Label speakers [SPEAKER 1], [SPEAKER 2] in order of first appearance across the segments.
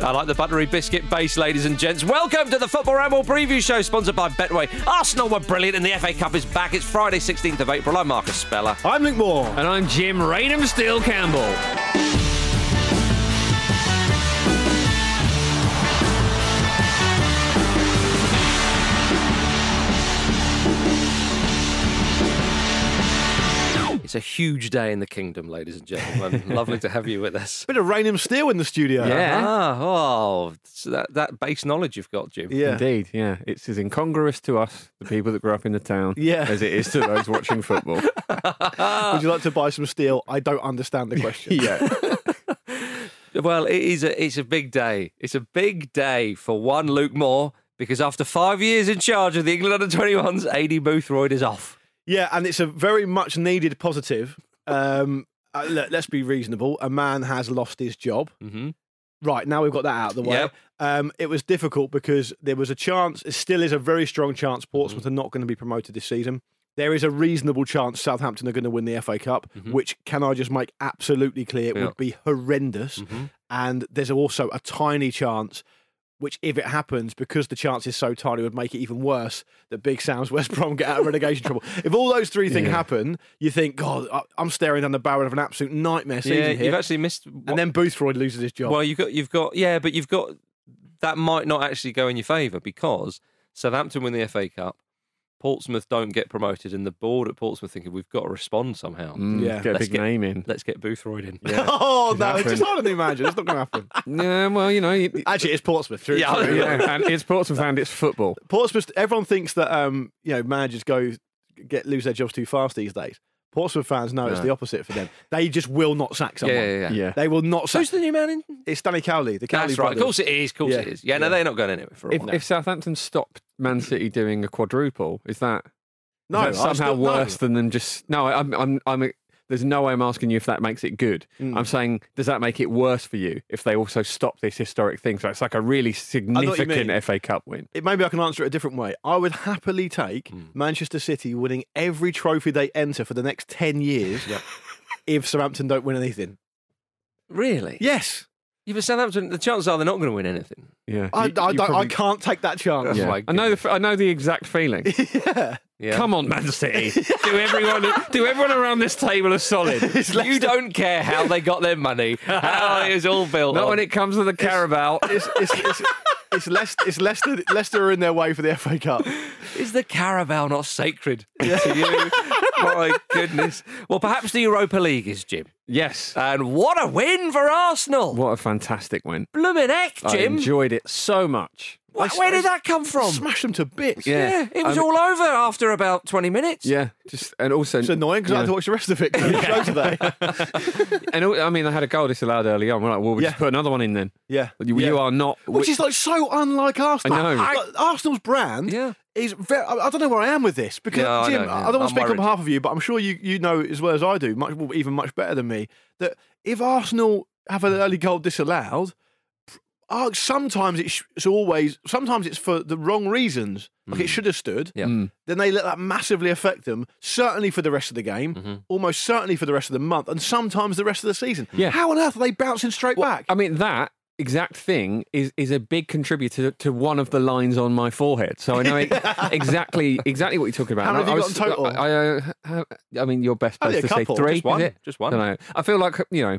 [SPEAKER 1] I like the buttery biscuit base, ladies and gents. Welcome to the Football Ramble Preview Show, sponsored by Betway. Arsenal were brilliant, and the FA Cup is back. It's Friday, 16th of April. I'm Marcus Speller.
[SPEAKER 2] I'm Luke Moore.
[SPEAKER 3] And I'm Jim Raynham Steele Campbell.
[SPEAKER 1] It's a huge day in the kingdom, ladies and gentlemen. Lovely to have you with us.
[SPEAKER 2] Bit of Rainham Steel in the studio.
[SPEAKER 3] Yeah.
[SPEAKER 1] Ah, oh, so that, that base knowledge you've got, Jim.
[SPEAKER 2] Yeah.
[SPEAKER 3] Indeed, yeah. It's as incongruous to us, the people that grew up in the town,
[SPEAKER 2] Yeah.
[SPEAKER 3] as it is to those watching football.
[SPEAKER 2] Would you like to buy some steel? I don't understand the question.
[SPEAKER 3] yeah.
[SPEAKER 1] Well, it is a it's a big day. It's a big day for one Luke Moore because after five years in charge of the England under 21s, AD Boothroyd is off.
[SPEAKER 2] yeah, and it's a very much needed positive. Um, uh, look, let's be reasonable. A man has lost his job.
[SPEAKER 1] Mm-hmm.
[SPEAKER 2] Right, now we've got that out of the way.
[SPEAKER 1] Yep.
[SPEAKER 2] Um, it was difficult because there was a chance, it still is a very strong chance Portsmouth
[SPEAKER 3] Mm-hmm.
[SPEAKER 2] are not going to be promoted this season. There is a reasonable chance Southampton are going to win the FA Cup,
[SPEAKER 3] Mm-hmm.
[SPEAKER 2] which can I just make absolutely clear
[SPEAKER 1] Yeah.
[SPEAKER 2] would be horrendous. And there's also a tiny chance, which if it happens, because the chance is so tiny, would make it even worse that Big Sam's West Brom get out of relegation trouble. If all those three things happen, you think, God, I- I'm staring down the barrel of an absolute nightmare season
[SPEAKER 1] Yeah,
[SPEAKER 2] here.
[SPEAKER 1] you've actually missed.
[SPEAKER 2] and then Boothroyd loses his job.
[SPEAKER 1] well, you've got you've got yeah, but you've got that might not actually go in your favour because Southampton win the FA Cup, Portsmouth don't get promoted, and the board at Portsmouth thinking we've got to respond somehow.
[SPEAKER 3] Mm,
[SPEAKER 2] Yeah.
[SPEAKER 3] Get a
[SPEAKER 1] Let's
[SPEAKER 3] big
[SPEAKER 1] get-
[SPEAKER 3] name in.
[SPEAKER 1] Let's get Boothroyd in.
[SPEAKER 2] Oh
[SPEAKER 3] Could
[SPEAKER 2] no,
[SPEAKER 3] happen.
[SPEAKER 2] it's just hard to imagine. It's not going to happen.
[SPEAKER 3] yeah, well, you know. you-
[SPEAKER 2] Actually, it's Portsmouth. Through
[SPEAKER 1] Yeah.
[SPEAKER 2] yeah, through.
[SPEAKER 3] yeah, and it's Portsmouth and it's football.
[SPEAKER 2] Portsmouth. Everyone thinks that um, you know managers go get lose their jobs too fast these days. Portsmouth fans know it's
[SPEAKER 3] No.
[SPEAKER 2] the opposite for them. They just will not sack
[SPEAKER 1] Yeah,
[SPEAKER 2] someone.
[SPEAKER 1] yeah, yeah.
[SPEAKER 3] Yeah.
[SPEAKER 2] They will not sack.
[SPEAKER 1] Who's the new man in?
[SPEAKER 2] It's Stanley Cowley, the Cowley
[SPEAKER 1] That's right. Of
[SPEAKER 2] brothers.
[SPEAKER 1] course it is. Of course
[SPEAKER 2] Yeah.
[SPEAKER 1] it is. Yeah, no,
[SPEAKER 2] Yeah.
[SPEAKER 1] they're not going anywhere for a
[SPEAKER 3] If,
[SPEAKER 1] while.
[SPEAKER 3] if Southampton stopped Man City doing a quadruple, is that
[SPEAKER 2] No, I
[SPEAKER 3] Is that somehow
[SPEAKER 2] still- no.
[SPEAKER 3] worse than them just no. I'm, I'm, I'm. There's no way I'm asking you if that makes it good.
[SPEAKER 2] Mm.
[SPEAKER 3] I'm saying, does that make it worse for you if they also stop this historic thing? So it's like a really
[SPEAKER 2] what you mean.
[SPEAKER 3] significant FA Cup win.
[SPEAKER 2] It, maybe I can answer it a different way. I would happily take
[SPEAKER 3] Hmm.
[SPEAKER 2] Manchester City winning every trophy they enter for the next ten years. If Southampton don't win anything,
[SPEAKER 1] really?
[SPEAKER 2] yes,
[SPEAKER 1] Yeah, but Southampton, the chances are they're not going to win anything.
[SPEAKER 3] Yeah,
[SPEAKER 2] I, I,
[SPEAKER 3] You- you
[SPEAKER 2] don't, I
[SPEAKER 3] probably-
[SPEAKER 2] can't take that chance.
[SPEAKER 3] yeah.
[SPEAKER 1] my
[SPEAKER 3] I know. The, f- I know the exact feeling.
[SPEAKER 2] yeah.
[SPEAKER 1] Yeah.
[SPEAKER 3] Come on, Man City. do everyone, do everyone around this table a solid.
[SPEAKER 2] It's
[SPEAKER 1] You don't care how they got their money, how it is all built.
[SPEAKER 3] Not
[SPEAKER 1] on.
[SPEAKER 3] when it comes to the Carabao.
[SPEAKER 2] It's it's it's, it's Leicester. It's Leicester. Leicester are in their way for the FA Cup.
[SPEAKER 1] is the Carabao not sacred to you? My goodness. Well, perhaps the Europa League is, Jim.
[SPEAKER 3] yes. Uh,
[SPEAKER 1] And what a win for Arsenal!
[SPEAKER 3] What a fantastic win.
[SPEAKER 1] Blooming heck,
[SPEAKER 3] I
[SPEAKER 1] Jim.
[SPEAKER 3] enjoyed it so much.
[SPEAKER 1] Wh- Where did that come from?
[SPEAKER 2] Smash them to bits.
[SPEAKER 3] Yeah.
[SPEAKER 1] Yeah, it was
[SPEAKER 3] I'm-
[SPEAKER 1] all over after about 20 minutes.
[SPEAKER 3] Yeah, just and also
[SPEAKER 2] It's annoying because I had to watch the rest of it. 'cause it was close today.
[SPEAKER 3] And al- I mean, they had a goal disallowed early on. We're like, well, we
[SPEAKER 2] Yeah.
[SPEAKER 3] just put another one in then.
[SPEAKER 2] Yeah.
[SPEAKER 3] You,
[SPEAKER 2] Yeah.
[SPEAKER 3] you are not.
[SPEAKER 2] Which is like so unlike Arsenal.
[SPEAKER 3] I know.
[SPEAKER 2] Like, Arsenal's brand
[SPEAKER 1] Yeah.
[SPEAKER 2] is very. I I don't know where I am with this because
[SPEAKER 1] No, I
[SPEAKER 2] Jim, I,
[SPEAKER 1] know, yeah.
[SPEAKER 2] I don't want
[SPEAKER 1] I'm
[SPEAKER 2] to speak
[SPEAKER 1] worried.
[SPEAKER 2] on behalf of you, but I'm sure you you know as well as I do, much well, even much better than me, that if Arsenal have an early goal disallowed. pr- uh, Sometimes it's, it's always sometimes it's for the wrong reasons. Like it should have stood.
[SPEAKER 1] Hmm.
[SPEAKER 2] Hmm.
[SPEAKER 1] Yeah.
[SPEAKER 3] Mm.
[SPEAKER 2] then they let that massively affect them, certainly for the rest of the game,
[SPEAKER 1] Mm-hmm.
[SPEAKER 2] almost certainly for the rest of the month, and sometimes the rest of the season.
[SPEAKER 3] Yeah.
[SPEAKER 2] How on earth are they bouncing straight back?
[SPEAKER 3] I mean, that exact thing is is a big contributor to one of the lines on my forehead. So I know e- exactly exactly what you're talking about.
[SPEAKER 2] How many
[SPEAKER 3] And
[SPEAKER 2] have you got
[SPEAKER 3] I
[SPEAKER 2] in total?
[SPEAKER 3] I, I, uh, ha- I mean, your best
[SPEAKER 2] Only
[SPEAKER 3] place
[SPEAKER 2] a
[SPEAKER 3] to say
[SPEAKER 2] couple,
[SPEAKER 3] three.
[SPEAKER 2] just
[SPEAKER 1] one,
[SPEAKER 3] is it?
[SPEAKER 1] just one.
[SPEAKER 3] I don't know. I feel like you know. I-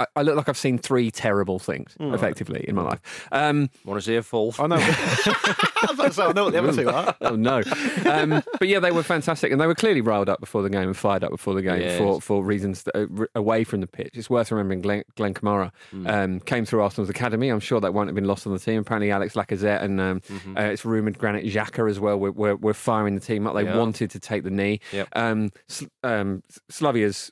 [SPEAKER 3] I, I look like I've seen three terrible things
[SPEAKER 2] Hmm,
[SPEAKER 3] effectively in my life. Um,
[SPEAKER 1] Want to see a fall?
[SPEAKER 2] I know. I was about to say, I know what the other two are.
[SPEAKER 3] oh no! Um, but yeah, they were fantastic, and they were clearly riled up before the game and fired up before the game
[SPEAKER 1] Yes.
[SPEAKER 3] for for reasons that are r- away from the pitch. It's worth remembering Glenn, Glenn Kamara
[SPEAKER 1] Mm.
[SPEAKER 3] um, came through Arsenal's academy. I'm sure that won't have been lost on the team. Apparently, Alex Lacazette and um,
[SPEAKER 1] Mm-hmm.
[SPEAKER 3] uh, it's rumored Granit Xhaka as well. We're, were were firing the team up. They
[SPEAKER 1] Yeah.
[SPEAKER 3] wanted to take the knee.
[SPEAKER 1] Yep.
[SPEAKER 3] Um, Sl- um, Slavia's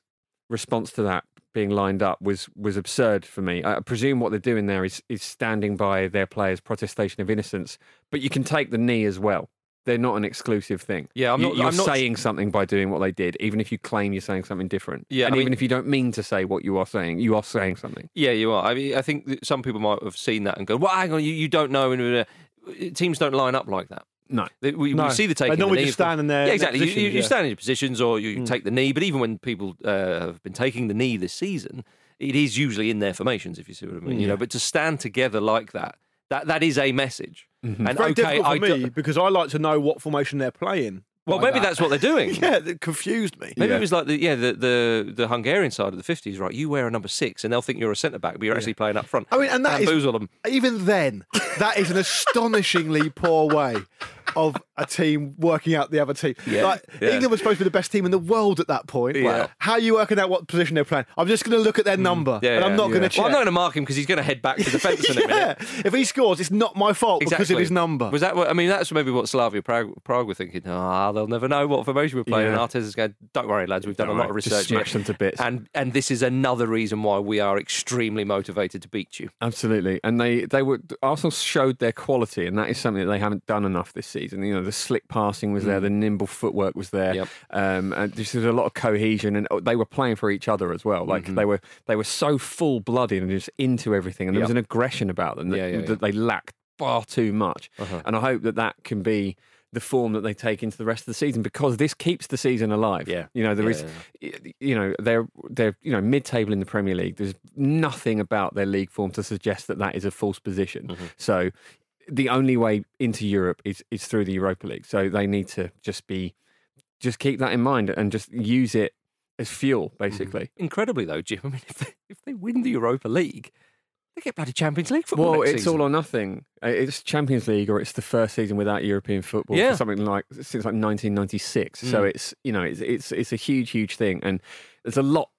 [SPEAKER 3] response to that being lined up was was absurd for me. I presume what they're doing there is is standing by their players' protestation of innocence, but you can take the knee as well. They're not an exclusive thing.
[SPEAKER 1] Yeah, I'm
[SPEAKER 3] You-
[SPEAKER 1] not-
[SPEAKER 3] You're
[SPEAKER 1] I'm not-
[SPEAKER 3] saying something by doing what they did, even if you claim you're saying something different.
[SPEAKER 1] Yeah,
[SPEAKER 3] and
[SPEAKER 1] I
[SPEAKER 3] even
[SPEAKER 1] mean-
[SPEAKER 3] if you don't mean to say what you are saying, you are saying something.
[SPEAKER 1] Yeah, you are. I mean, I think that some people might have seen that and go, "Well, hang on, you, you don't know." And uh, teams don't line up like that.
[SPEAKER 3] No.
[SPEAKER 1] They- We, we
[SPEAKER 2] No.
[SPEAKER 1] see the
[SPEAKER 2] They
[SPEAKER 1] taking. of the
[SPEAKER 2] normally
[SPEAKER 1] knee,
[SPEAKER 2] just
[SPEAKER 1] of course.
[SPEAKER 2] stand in their-
[SPEAKER 1] Yeah,
[SPEAKER 2] their
[SPEAKER 1] exactly. you,
[SPEAKER 2] positions,
[SPEAKER 1] you, you
[SPEAKER 2] yeah. Mm.
[SPEAKER 1] stand in your positions, or you take the knee. But even when people uh, have been taking the knee this season, it is usually in their formations, if you see what I mean. You know, but to stand together like that, that that is a message. And
[SPEAKER 2] Mm-hmm. Very
[SPEAKER 1] okay,
[SPEAKER 2] difficult for
[SPEAKER 1] I do-
[SPEAKER 2] me because I like to know what formation they're playing.
[SPEAKER 1] well,
[SPEAKER 2] by
[SPEAKER 1] maybe
[SPEAKER 2] that.
[SPEAKER 1] that's what they're doing.
[SPEAKER 2] yeah, that confused me.
[SPEAKER 1] Maybe it was like the yeah the, the the Hungarian side of the fifties, right? You wear a number six, and they'll think you're a centre back, but you're actually playing up front.
[SPEAKER 2] I mean, and that is-
[SPEAKER 1] Bamboozle them.
[SPEAKER 2] Even then, that is an astonishingly poor way of a team working out the other team.
[SPEAKER 1] Yeah,
[SPEAKER 2] Like
[SPEAKER 1] yeah.
[SPEAKER 2] England was supposed to be the best team in the world at that point.
[SPEAKER 1] Yeah. Mm.
[SPEAKER 2] How are you working out what position they're playing? I'm just going to look at their number,
[SPEAKER 1] Yeah,
[SPEAKER 2] and
[SPEAKER 1] yeah.
[SPEAKER 2] I'm not going to
[SPEAKER 1] Well,
[SPEAKER 2] check.
[SPEAKER 1] I'm not going to mark him because he's going to head back to the fence in a minute.
[SPEAKER 2] yeah, if he scores, it's not my fault because of his number.
[SPEAKER 1] Was that what, I mean, that's maybe what Slavia Prague, Prague were thinking. Ah, they'll never know what formation we're playing.
[SPEAKER 3] Yeah.
[SPEAKER 1] And Arteta's going, don't worry, lads, we've done
[SPEAKER 3] Don't
[SPEAKER 1] a lot of
[SPEAKER 3] worry, just
[SPEAKER 1] research. here.
[SPEAKER 3] smash them to bits."
[SPEAKER 1] And, and this is another reason why we are extremely motivated to beat you.
[SPEAKER 3] Absolutely, and they they were Arsenal showed their quality, and that is something that they haven't done enough this season. You know, the slick passing was there, the nimble footwork was there,
[SPEAKER 1] Mm. Yep.
[SPEAKER 3] um, and just there's a lot of cohesion, and oh, they were playing for each other as well. Like
[SPEAKER 1] Mm-hmm.
[SPEAKER 3] they were they were so full blooded and just into everything, and there was
[SPEAKER 1] Yep.
[SPEAKER 3] an aggression about them that,
[SPEAKER 1] Yeah, Uh-huh. yeah,
[SPEAKER 3] that they lacked far too much. And I hope that that can be the form that they take into the rest of the season because this keeps the season alive.
[SPEAKER 1] Yeah.
[SPEAKER 3] you know there
[SPEAKER 1] Yeah,
[SPEAKER 3] is y- you know they're they're you know mid-table in the Premier League. There's nothing about their league form to suggest that that is a false position.
[SPEAKER 1] Mm-hmm.
[SPEAKER 3] So the only way into Europe is is through the Europa League. So they need to just be just keep that in mind and just use it as fuel
[SPEAKER 1] Mm-hmm.
[SPEAKER 3] basically.
[SPEAKER 1] Incredibly, though, Jim. I mean, if they, if they win the Europa League, they get bloody Champions League football.
[SPEAKER 3] Well,
[SPEAKER 1] next
[SPEAKER 3] it's
[SPEAKER 1] season.
[SPEAKER 3] all or nothing. Uh, It's Champions League, or it's the first season without European football. for
[SPEAKER 1] Yeah. Mm.
[SPEAKER 3] something like since like 1996. So it's you know it's it's it's a huge huge thing, and there's a lot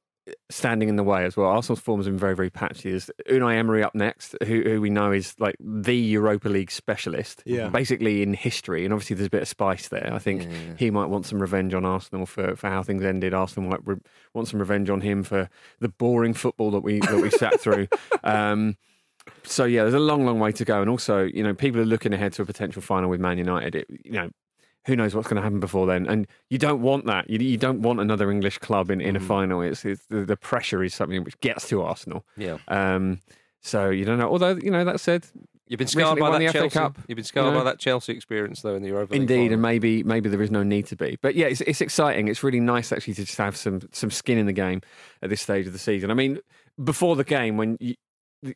[SPEAKER 3] standing in the way as well. Arsenal's form has been very very patchy. There's Unai Emery up next, who who we know is like the Europa League specialist,
[SPEAKER 2] Yeah.
[SPEAKER 3] basically in history. And obviously there's a bit of spice there. I think he might want some revenge on Arsenal for for how things ended. Arsenal might re- want some revenge on him for the boring football that we that we sat through. Um, so yeah, there's a long, long way to go, and also you know people are looking ahead to a potential final with Man United. It, you know, who knows what's going to happen before then, and you don't want that. You, you don't want another English club in, in a final. It's, it's the, the pressure is something which gets to Arsenal.
[SPEAKER 1] Yeah.
[SPEAKER 3] Um, so you don't know. Although you know that said,
[SPEAKER 1] You've been
[SPEAKER 3] Recently
[SPEAKER 1] scarred by
[SPEAKER 3] won
[SPEAKER 1] that
[SPEAKER 3] the FA
[SPEAKER 1] Chelsea.
[SPEAKER 3] Cup,
[SPEAKER 1] You've been scarred
[SPEAKER 3] you know.
[SPEAKER 1] by that Chelsea experience, though, in the Europa League.
[SPEAKER 3] Indeed,
[SPEAKER 1] final.
[SPEAKER 3] and maybe maybe there is no need to be. But yeah, it's, it's exciting. It's really nice actually to just have some some skin in the game at this stage of the season. I mean, before the game when you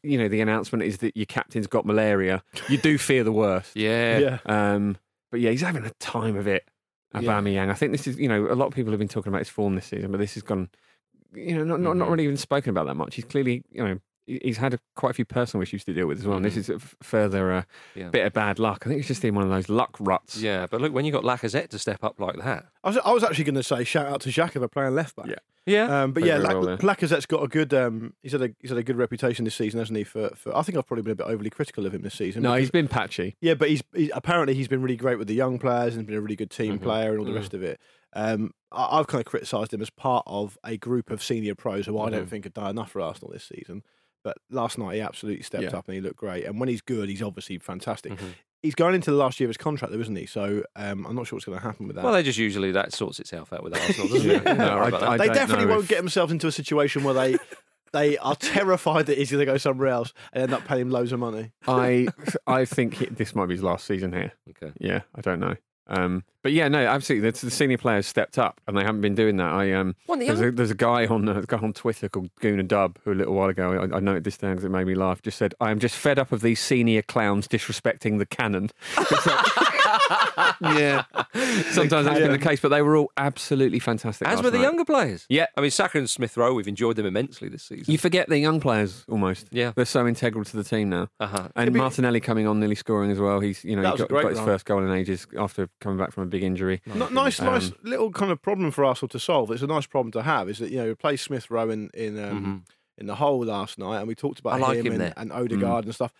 [SPEAKER 3] you know the announcement is that your captain's got malaria, you do fear the worst.
[SPEAKER 1] yeah.
[SPEAKER 2] yeah.
[SPEAKER 3] Um, but yeah, he's having a time of it,
[SPEAKER 2] Yeah.
[SPEAKER 3] Aubameyang. I think this is, you know, a lot of people have been talking about his form this season, but this has gone, you know, not not, not
[SPEAKER 1] Mhm.
[SPEAKER 3] really even spoken about that much. He's clearly, you know, he- he's had a, quite a few personal issues to deal with as well. And this
[SPEAKER 1] Mhm.
[SPEAKER 3] is a f- further uh,
[SPEAKER 1] Yeah.
[SPEAKER 3] bit of bad luck. I think he's just in one of those luck ruts.
[SPEAKER 1] Yeah, but look, when you got Lacazette to step up like that,
[SPEAKER 2] I was, I was actually going to say shout out to Xhaka for playing left back.
[SPEAKER 3] Yeah.
[SPEAKER 1] yeah,
[SPEAKER 2] Um, but
[SPEAKER 3] Played
[SPEAKER 2] yeah,
[SPEAKER 3] very well there.
[SPEAKER 2] Lac- Lacazette's got a good. Um, he's had a he's had a good reputation this season, hasn't he? For, for I think I've probably been a bit overly critical of him this season.
[SPEAKER 3] No,
[SPEAKER 2] because-
[SPEAKER 3] he's been patchy.
[SPEAKER 2] yeah, but he's he, apparently he's been really great with the young players and been a really good team
[SPEAKER 3] Mm-hmm.
[SPEAKER 2] player
[SPEAKER 3] Mm.
[SPEAKER 2] and all the rest of it. Um, I, I've kind of criticised him as part of a group of senior pros who I don't
[SPEAKER 3] Mm-hmm.
[SPEAKER 2] think have done enough for Arsenal this season. But last night he absolutely stepped
[SPEAKER 3] Yeah. Mm-hmm.
[SPEAKER 2] up and he looked great. And when he's good, he's obviously fantastic. He's going into the last year of his contract, though, isn't he? So um, I'm not sure what's going to happen with that.
[SPEAKER 1] Well, they just usually that sorts itself out with Arsenal, doesn't it?
[SPEAKER 3] Yeah. No,
[SPEAKER 1] Don't worry
[SPEAKER 3] I-
[SPEAKER 1] about that.
[SPEAKER 3] I-
[SPEAKER 2] they
[SPEAKER 3] don't
[SPEAKER 2] definitely
[SPEAKER 3] know
[SPEAKER 2] won't
[SPEAKER 3] if-
[SPEAKER 2] get themselves into a situation where they they are terrified that he's going to go somewhere else and end up paying him loads of money.
[SPEAKER 3] I I think he, this might be his last season here.
[SPEAKER 1] Okay.
[SPEAKER 3] Yeah, I don't know. Um, but yeah, no, absolutely. The, the senior players stepped up, and they haven't been doing that. I um,
[SPEAKER 1] Well, the
[SPEAKER 3] there's,
[SPEAKER 1] young-
[SPEAKER 3] a, there's a guy on uh, a guy on Twitter called Guna Dub who a little while ago I, I noted this down because it made me laugh. Just said, "I am just fed up of these senior clowns disrespecting the canon." yeah, sometimes that's been the case, but they were all absolutely fantastic.
[SPEAKER 1] As
[SPEAKER 3] last
[SPEAKER 1] were the
[SPEAKER 3] night.
[SPEAKER 1] younger players.
[SPEAKER 3] Yeah.
[SPEAKER 1] I mean, Saka and Smith Rowe, we've enjoyed them immensely this season.
[SPEAKER 3] You forget the young players almost.
[SPEAKER 1] Yeah.
[SPEAKER 3] they're so integral to the team now.
[SPEAKER 1] Uh-huh.
[SPEAKER 3] And Martinelli coming on, nearly scoring as well. He's you know
[SPEAKER 2] That
[SPEAKER 3] he
[SPEAKER 2] was a
[SPEAKER 3] got,
[SPEAKER 2] great
[SPEAKER 3] got his
[SPEAKER 2] run.
[SPEAKER 3] first goal in ages after coming back from a big injury.
[SPEAKER 2] N- nice,
[SPEAKER 3] Um,
[SPEAKER 2] nice little kind of problem for Arsenal to solve. It's a nice problem to have. Is that you know we played Smith Rowe in in, um,
[SPEAKER 1] Mm-hmm,
[SPEAKER 2] in the hole last night, and we talked
[SPEAKER 1] I
[SPEAKER 2] about
[SPEAKER 1] like
[SPEAKER 2] him,
[SPEAKER 1] him there.
[SPEAKER 2] and, and Odegaard and stuff.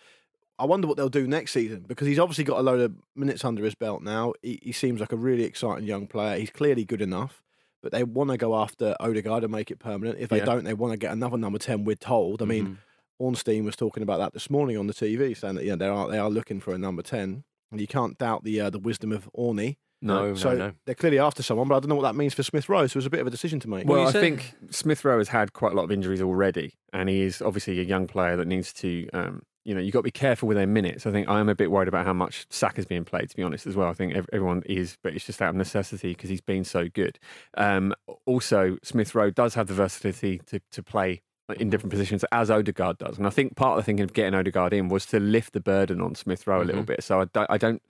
[SPEAKER 2] I wonder what they'll do next season because he's obviously got a load of minutes under his belt now. He, he seems like a really exciting young player. He's clearly good enough, but they want to go after Odegaard and make it permanent. If they
[SPEAKER 3] Yeah.
[SPEAKER 2] don't, they want to get another number ten. We're told. I mean.
[SPEAKER 1] mm-hmm.
[SPEAKER 2] Ornstein was talking about that this morning on the TV, saying that you know, they are they are looking for a number ten, and you can't doubt the uh, the wisdom of Orney.
[SPEAKER 1] No,
[SPEAKER 3] Oh, Um,
[SPEAKER 1] no,
[SPEAKER 2] so
[SPEAKER 1] no.
[SPEAKER 2] they're clearly after someone, but I don't know what that means for Smith Rowe. So it was a bit of a decision to make.
[SPEAKER 1] Well,
[SPEAKER 3] Well,
[SPEAKER 1] you
[SPEAKER 3] I
[SPEAKER 1] said-
[SPEAKER 3] think Smith Rowe has had quite a lot of injuries already, and he is obviously a young player that needs to, um, you know, you've got to be careful with their minutes. I think I am a bit worried about how much Saka's being played, to be honest, as well. I think ev- everyone is, but it's just out of necessity because he's been so good. Um, also, Smith Rowe does have the versatility to, to play in different positions as Odegaard does. And I think part of the thinking of getting Odegaard in was to lift the burden on Smith Rowe a little
[SPEAKER 1] Mhm.
[SPEAKER 3] bit. So I don't, I, don't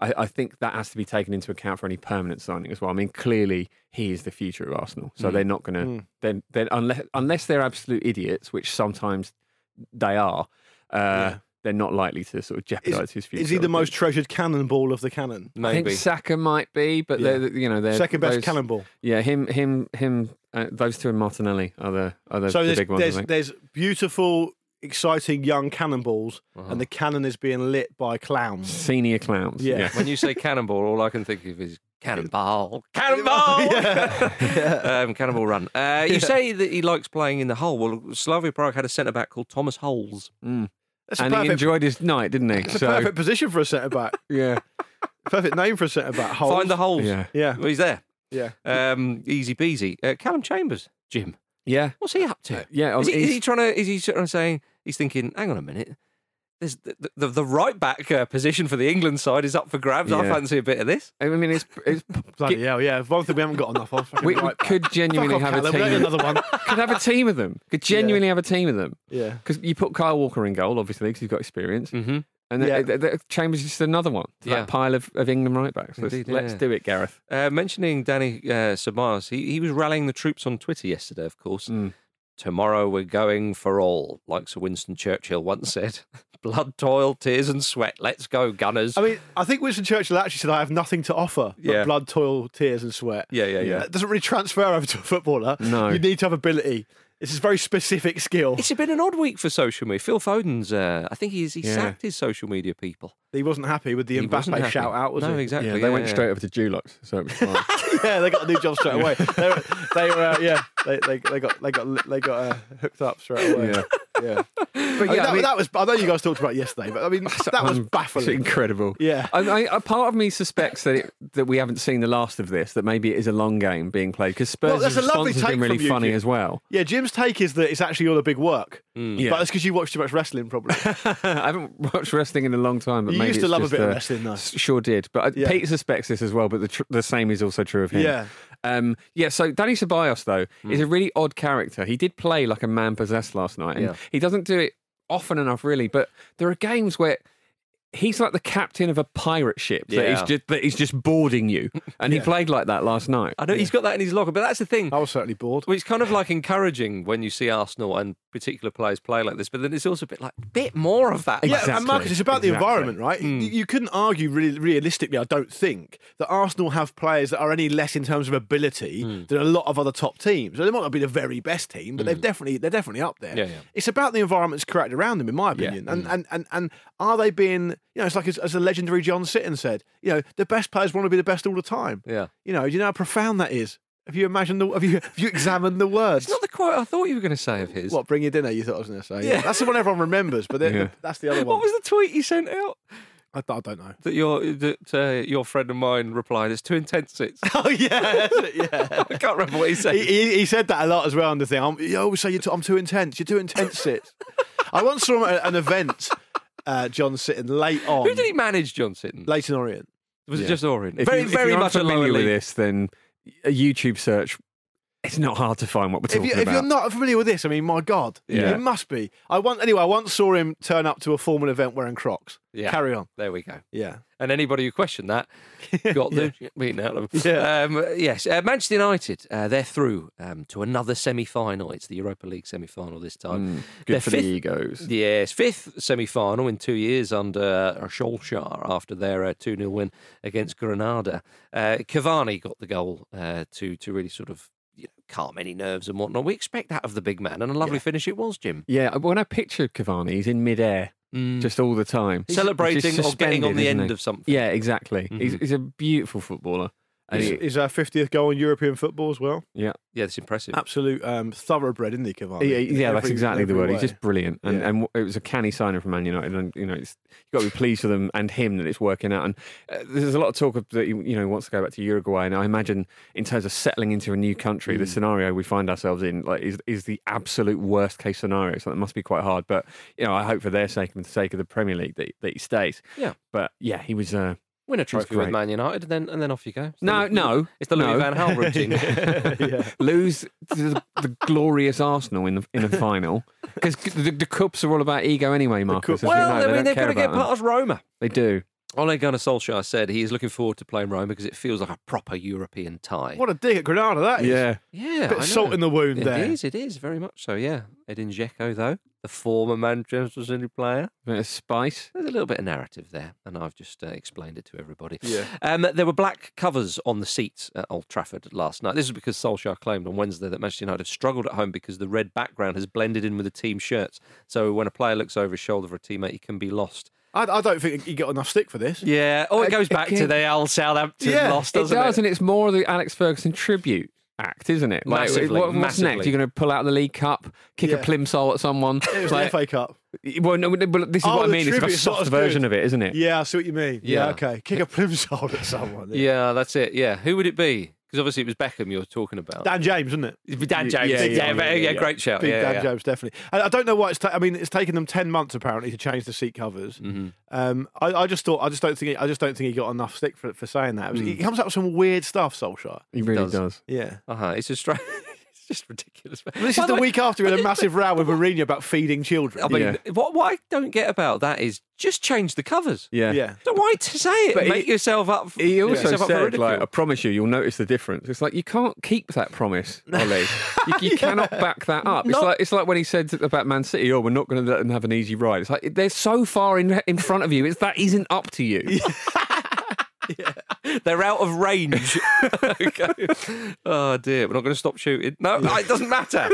[SPEAKER 3] I, I think that has to be taken into account for any permanent signing as well. I mean, clearly he is the future of Arsenal. So
[SPEAKER 1] Mm.
[SPEAKER 3] they're not going to
[SPEAKER 2] Mm.
[SPEAKER 3] then then unless unless they're absolute idiots, which sometimes they are, uh,
[SPEAKER 2] Yeah.
[SPEAKER 3] they're not likely to sort of jeopardize his future.
[SPEAKER 2] Is he
[SPEAKER 3] I
[SPEAKER 2] the most
[SPEAKER 3] think.
[SPEAKER 2] treasured cannonball of the cannon?
[SPEAKER 3] I think
[SPEAKER 1] Maybe.
[SPEAKER 3] Saka might be, but
[SPEAKER 2] Yeah.
[SPEAKER 3] they're you know they're
[SPEAKER 2] Second best
[SPEAKER 3] those-
[SPEAKER 2] cannonball.
[SPEAKER 3] Yeah, him, him, him. Uh, those two and Martinelli are the are the,
[SPEAKER 2] so
[SPEAKER 3] the
[SPEAKER 2] there's
[SPEAKER 3] big ones. I
[SPEAKER 2] there's,
[SPEAKER 3] think.
[SPEAKER 2] there's beautiful, exciting young cannonballs,
[SPEAKER 1] Uh-huh.
[SPEAKER 2] and the cannon is being lit by clowns.
[SPEAKER 3] Senior clowns.
[SPEAKER 2] Yeah.
[SPEAKER 1] when you say cannonball, all I can think of is cannonball, cannonball, um, cannonball run. Uh, you say that he likes playing in the hole. Well, Slavia Prague had a centre back called Thomas Holes.
[SPEAKER 3] Mm.
[SPEAKER 2] That's a
[SPEAKER 3] And he
[SPEAKER 2] perfect,
[SPEAKER 3] enjoyed his night, didn't he?
[SPEAKER 2] it's a
[SPEAKER 3] So
[SPEAKER 2] perfect position for a centre back.
[SPEAKER 3] yeah,
[SPEAKER 2] perfect name for a centre back. Holes.
[SPEAKER 1] Find the holes.
[SPEAKER 3] yeah,
[SPEAKER 2] yeah,
[SPEAKER 1] Well, he's there.
[SPEAKER 2] yeah.
[SPEAKER 1] Um, easy peasy. Uh, Callum Chambers, Jim.
[SPEAKER 3] yeah,
[SPEAKER 1] What's he up to?
[SPEAKER 3] yeah.
[SPEAKER 1] Is
[SPEAKER 3] um,
[SPEAKER 1] he, is
[SPEAKER 3] he's-
[SPEAKER 1] he trying to? Is he sort of saying he's thinking? Hang on a minute. There's the the, the right back uh, position for the England side is up for grabs. I
[SPEAKER 3] Yeah.
[SPEAKER 1] fancy a bit of this.
[SPEAKER 3] I mean, it's, it's
[SPEAKER 2] Bloody hell, yeah. One thing we haven't got enough of. fucking
[SPEAKER 3] we, we
[SPEAKER 2] right back.
[SPEAKER 3] could
[SPEAKER 2] Fuck
[SPEAKER 3] genuinely
[SPEAKER 2] off,
[SPEAKER 3] have
[SPEAKER 2] Callum,
[SPEAKER 3] a
[SPEAKER 2] we don't need
[SPEAKER 3] team.
[SPEAKER 2] another one.
[SPEAKER 3] could have a team of them. Could genuinely have a team of them.
[SPEAKER 2] Yeah.
[SPEAKER 3] Because you put Kyle Walker in goal, obviously, because he's got experience.
[SPEAKER 1] Mm-hmm.
[SPEAKER 3] And
[SPEAKER 2] Yeah.
[SPEAKER 3] th th- th- Chambers is just another one. to
[SPEAKER 1] Yeah.
[SPEAKER 3] That pile of, of England right backs. Let's,
[SPEAKER 1] Indeed,
[SPEAKER 3] let's
[SPEAKER 1] yeah.
[SPEAKER 3] do it, Gareth.
[SPEAKER 1] Uh, mentioning Danny uh, Sabars, he he was rallying the troops on Twitter yesterday. Of course,
[SPEAKER 3] Mm.
[SPEAKER 1] tomorrow we're going for all, like Sir Winston Churchill once said. Blood, toil, tears, and sweat. Let's go, Gunners.
[SPEAKER 2] I mean, I think Winston Churchill actually said, "I have nothing to offer but
[SPEAKER 1] Yeah.
[SPEAKER 2] blood, toil, tears, and sweat."
[SPEAKER 1] yeah, yeah, yeah.
[SPEAKER 2] That doesn't really transfer over to a footballer.
[SPEAKER 3] No.
[SPEAKER 2] you need to have ability. This is very specific skill.
[SPEAKER 1] It's been an odd week for social media. Phil Foden's, uh, I think he's, he
[SPEAKER 3] Yeah.
[SPEAKER 1] sacked his social media people.
[SPEAKER 2] He wasn't happy with the
[SPEAKER 1] He wasn't
[SPEAKER 2] Mbappe
[SPEAKER 1] happy.
[SPEAKER 2] shout out, was
[SPEAKER 1] no,
[SPEAKER 2] he?
[SPEAKER 1] exactly.
[SPEAKER 3] yeah, they went
[SPEAKER 1] yeah.
[SPEAKER 3] straight over to Dulux, so it was fine.
[SPEAKER 2] yeah, they got a new job straight away. They were, they were uh, yeah, they, they, they got they got they got uh, hooked up straight away.
[SPEAKER 3] yeah.
[SPEAKER 2] Yeah,
[SPEAKER 3] But
[SPEAKER 2] I mean,
[SPEAKER 3] yeah,
[SPEAKER 2] that,
[SPEAKER 3] I mean,
[SPEAKER 2] that was. I know you guys talked about it yesterday, but I mean that was
[SPEAKER 3] um, It's
[SPEAKER 2] baffling.
[SPEAKER 3] incredible.
[SPEAKER 2] Yeah,
[SPEAKER 3] I, I, a part of me suspects that it, that we haven't seen the last of this. That maybe it is a long game being played because
[SPEAKER 2] Well,
[SPEAKER 3] Spurs'
[SPEAKER 2] that's a lovely
[SPEAKER 3] response has
[SPEAKER 2] take
[SPEAKER 3] been really
[SPEAKER 2] from you,
[SPEAKER 3] funny
[SPEAKER 2] Jim.
[SPEAKER 3] as well.
[SPEAKER 2] yeah. Jim's take is that it's actually all a big work,
[SPEAKER 1] Mm.
[SPEAKER 3] Yeah.
[SPEAKER 2] but it's because you watch too much wrestling, probably.
[SPEAKER 3] I haven't watched wrestling in a long time, but
[SPEAKER 2] you
[SPEAKER 3] maybe
[SPEAKER 2] used to
[SPEAKER 3] it's
[SPEAKER 2] love a
[SPEAKER 3] just,
[SPEAKER 2] bit of
[SPEAKER 3] uh,
[SPEAKER 2] wrestling, though.
[SPEAKER 3] s- Sure did, but uh,
[SPEAKER 2] Yeah.
[SPEAKER 3] Pete suspects this as well. But the tr- the same is also true of him.
[SPEAKER 2] Yeah. Mm.
[SPEAKER 3] Um, yeah, so Danny Ceballos, though, is a really odd character. He did play like a man possessed last night, and
[SPEAKER 1] Yeah.
[SPEAKER 3] he doesn't do it often enough, really. But there are games where he's like the captain of a pirate ship that, is
[SPEAKER 1] Yeah.
[SPEAKER 3] just, that is just boarding you. And he played like that last night.
[SPEAKER 1] I know he's got that in his locker, but that's the thing.
[SPEAKER 2] I was certainly bored.
[SPEAKER 1] Well, it's kind of like encouraging when you see Arsenal and particular players play like this, but then it's also a bit like bit more of that.
[SPEAKER 2] Yeah,
[SPEAKER 3] Exactly,
[SPEAKER 2] and Marcus, it's about the
[SPEAKER 3] exactly.
[SPEAKER 2] environment, right? You-
[SPEAKER 1] Mm.
[SPEAKER 2] You couldn't argue really realistically, I don't think, that Arsenal have players that are any less in terms of ability
[SPEAKER 1] Mm.
[SPEAKER 2] than a lot of other top teams. They might not be the very best team, but they've definitely they're definitely up there.
[SPEAKER 1] Yeah, yeah. Mm.
[SPEAKER 2] It's about the environment's created around them, in my opinion. And, and and and are they being you know, it's like as, as the legendary John Sitton said, you know, the best players want to be the best all the time.
[SPEAKER 1] Yeah.
[SPEAKER 2] You know, do you know how profound that is? Have you imagined the have you have you examined the words?
[SPEAKER 1] It's not the quote I thought you were going to say of his.
[SPEAKER 2] what, bring your dinner, you thought I was gonna say.
[SPEAKER 1] Yeah.
[SPEAKER 2] That's the one everyone remembers, but then-
[SPEAKER 3] Yeah.
[SPEAKER 2] that's the other one.
[SPEAKER 1] What was the tweet you sent out
[SPEAKER 2] I, I don't know.
[SPEAKER 1] that your that uh, your friend of mine replied? It's too intense. It's
[SPEAKER 2] Oh yeah, that's it, yeah.
[SPEAKER 1] I can't remember what he said.
[SPEAKER 2] He, he, he said that a lot as well on the thing. I'm, you always say you're t- I'm too intense. You're too intense, Sit. I once saw him at an event, uh, John Sitton, late on,
[SPEAKER 1] Who did he manage, John Sitton?
[SPEAKER 2] late in Orient.
[SPEAKER 1] was it
[SPEAKER 3] Yeah.
[SPEAKER 1] just Orient?
[SPEAKER 3] If
[SPEAKER 1] very,
[SPEAKER 3] you- if
[SPEAKER 1] very
[SPEAKER 3] you're
[SPEAKER 1] much a
[SPEAKER 3] unfamiliar
[SPEAKER 1] lower
[SPEAKER 3] with
[SPEAKER 1] league.
[SPEAKER 3] this, then a YouTube search, it's not hard to find what we're
[SPEAKER 2] If,
[SPEAKER 3] talking
[SPEAKER 2] you,
[SPEAKER 3] about.
[SPEAKER 2] if you're not familiar with this, I mean, my God,
[SPEAKER 3] Yeah.
[SPEAKER 2] it must be. I once, anyway, I once saw him turn up to a formal event wearing Crocs.
[SPEAKER 1] Yeah.
[SPEAKER 2] Carry on.
[SPEAKER 1] There we go.
[SPEAKER 2] Yeah.
[SPEAKER 1] And anybody who questioned that got the beaten out of them.
[SPEAKER 2] Yeah.
[SPEAKER 1] Um, yes, uh, Manchester United, uh, they're through um, to another semi final. It's the Europa League semi final this time.
[SPEAKER 3] Mm,
[SPEAKER 1] They're
[SPEAKER 3] good for
[SPEAKER 1] fifth-
[SPEAKER 3] the egos.
[SPEAKER 1] Yes, fifth semi final in two years under uh, Solskjaer after their 2 0 win against Granada. Uh, Cavani got the goal uh, to, to really sort of you know, calm any nerves and whatnot. We expect that of the big man, and a lovely finish it was, Jim.
[SPEAKER 3] Yeah, uh, when I picture Cavani, he's in midair just all the time. He's- he's
[SPEAKER 1] Mm. Celebrating
[SPEAKER 3] just
[SPEAKER 1] or getting on
[SPEAKER 3] suspended,
[SPEAKER 1] the
[SPEAKER 3] isn't
[SPEAKER 1] end
[SPEAKER 3] he?
[SPEAKER 1] of something.
[SPEAKER 3] Yeah, exactly. He's,
[SPEAKER 1] Mhm.
[SPEAKER 3] he's a beautiful footballer. And
[SPEAKER 2] Is,
[SPEAKER 3] he-
[SPEAKER 2] is our 50th goal in European football as well?
[SPEAKER 1] Yeah, it's impressive.
[SPEAKER 2] Absolute um, thoroughbred, isn't he, Cavani?
[SPEAKER 3] Yeah, yeah,
[SPEAKER 2] In
[SPEAKER 3] that's
[SPEAKER 2] every-
[SPEAKER 3] exactly the
[SPEAKER 2] every
[SPEAKER 3] word.
[SPEAKER 2] way.
[SPEAKER 3] He's just brilliant, and
[SPEAKER 2] Yeah.
[SPEAKER 3] and it was a canny signing from Man United, and you know it's you've got to be pleased for them and him that it's working out. And uh, there's a lot of talk of that you you know he wants to go back to Uruguay, and I imagine in terms of settling into a new country,
[SPEAKER 1] Mm.
[SPEAKER 3] the scenario we find ourselves in like is is the absolute worst case scenario. So that must be quite hard. But you know I hope for their sake and the sake of the Premier League that, that he stays.
[SPEAKER 1] Yeah.
[SPEAKER 3] But yeah, he was. Uh,
[SPEAKER 1] win a trophy with
[SPEAKER 3] great.
[SPEAKER 1] Man United, and then and then off you go. It's the
[SPEAKER 3] No,
[SPEAKER 1] Louis-
[SPEAKER 3] no,
[SPEAKER 1] it's the Louis
[SPEAKER 3] no.
[SPEAKER 1] Van Gaal routine.
[SPEAKER 2] yeah.
[SPEAKER 3] lose to the, the glorious Arsenal in the in the final because the, the cups are all about ego anyway, Marcus.
[SPEAKER 2] cup-
[SPEAKER 3] as we know.
[SPEAKER 1] well, I mean,
[SPEAKER 3] don't
[SPEAKER 1] they've
[SPEAKER 3] care
[SPEAKER 1] got to get
[SPEAKER 3] about them.
[SPEAKER 1] past Roma.
[SPEAKER 3] They do.
[SPEAKER 1] Ole Gunnar Solskjaer said he is looking forward to playing Roma because it feels like a proper European tie.
[SPEAKER 2] What a dig at Granada that is.
[SPEAKER 3] Yeah,
[SPEAKER 1] Yeah,
[SPEAKER 2] Bit
[SPEAKER 1] I
[SPEAKER 2] of salt
[SPEAKER 1] know.
[SPEAKER 2] in the wound there.
[SPEAKER 1] It is, it is, very much so, yeah. Edin Dzeko, though, the former Manchester City player.
[SPEAKER 3] bit of spice.
[SPEAKER 1] There's a little bit of narrative there, and I've just uh, explained it to everybody.
[SPEAKER 2] Yeah.
[SPEAKER 1] Um, there were black covers on the seats at Old Trafford last night. This is because Solskjaer claimed on Wednesday that Manchester United have struggled at home because the red background has blended in with the team shirts. So when a player looks over his shoulder for a teammate, he can be lost.
[SPEAKER 2] I, I don't think you get enough stick for this.
[SPEAKER 1] Yeah. Oh, it
[SPEAKER 3] Ag-
[SPEAKER 1] goes back to
[SPEAKER 3] again-
[SPEAKER 1] the old Southampton
[SPEAKER 2] Yeah,
[SPEAKER 1] loss,
[SPEAKER 3] It
[SPEAKER 1] doesn't it?
[SPEAKER 3] does, and it's more of the Alex Ferguson tribute act, isn't it?
[SPEAKER 1] Massively,
[SPEAKER 3] what, what's next?
[SPEAKER 1] massively.
[SPEAKER 3] You're going to pull out the League Cup, kick
[SPEAKER 2] Yeah.
[SPEAKER 3] a plimsoll at someone.
[SPEAKER 2] It was
[SPEAKER 3] Like,
[SPEAKER 2] the FA Cup.
[SPEAKER 3] well, no, but this is
[SPEAKER 2] Oh,
[SPEAKER 3] what I
[SPEAKER 2] the
[SPEAKER 3] mean. It's like a
[SPEAKER 2] tribute's not
[SPEAKER 3] soft
[SPEAKER 2] as
[SPEAKER 3] version
[SPEAKER 2] good.
[SPEAKER 3] of it, isn't it?
[SPEAKER 2] Yeah, I see what you mean. Yeah,
[SPEAKER 1] Yeah.
[SPEAKER 2] okay. Kick a plimsoll at someone.
[SPEAKER 1] Yeah, that's it. Yeah. Who would it be? Because obviously it was Beckham you were talking about.
[SPEAKER 2] Dan James, isn't it?
[SPEAKER 1] It'd be Dan
[SPEAKER 3] Yeah,
[SPEAKER 1] James. Yeah,
[SPEAKER 3] yeah,
[SPEAKER 1] yeah,
[SPEAKER 3] yeah,
[SPEAKER 1] yeah,
[SPEAKER 3] yeah.
[SPEAKER 1] great shout.
[SPEAKER 2] Big
[SPEAKER 1] yeah,
[SPEAKER 2] Dan
[SPEAKER 1] yeah.
[SPEAKER 2] James, definitely. And I don't know why it's. Ta- I mean, it's taken them ten months apparently to change the seat covers.
[SPEAKER 1] Mhm.
[SPEAKER 2] Um, I, I just thought. I just don't think. He, I just don't think he got enough stick for for saying that. It was- He comes up with some weird stuff, Solskjaer.
[SPEAKER 3] It really
[SPEAKER 1] does.
[SPEAKER 3] does.
[SPEAKER 2] Yeah.
[SPEAKER 1] Uh-huh. It's just stra- it's just ridiculous.
[SPEAKER 2] This
[SPEAKER 1] By
[SPEAKER 2] is the
[SPEAKER 1] way,
[SPEAKER 2] week after we had a massive row with Mourinho about feeding children.
[SPEAKER 1] I mean,
[SPEAKER 3] Yeah.
[SPEAKER 1] what, what I don't get about that is just change the covers.
[SPEAKER 3] Yeah.
[SPEAKER 2] yeah.
[SPEAKER 1] Don't why to say it.
[SPEAKER 3] But
[SPEAKER 1] Make
[SPEAKER 3] he-
[SPEAKER 1] yourself up. f-
[SPEAKER 3] He
[SPEAKER 1] make
[SPEAKER 3] also
[SPEAKER 1] yourself up for
[SPEAKER 3] said,
[SPEAKER 1] ridicule.
[SPEAKER 3] like, I promise you, you'll notice the difference. It's like you can't keep that promise, Ollie. you you cannot back that up. It's
[SPEAKER 1] No.
[SPEAKER 3] like it's like when he said about Man City, oh, we're not going to let them have an easy ride. It's like they're so far in in front of you. It's that isn't up to you.
[SPEAKER 1] They're out of range. Okay. Oh dear, we're not going to stop shooting. No, it doesn't matter.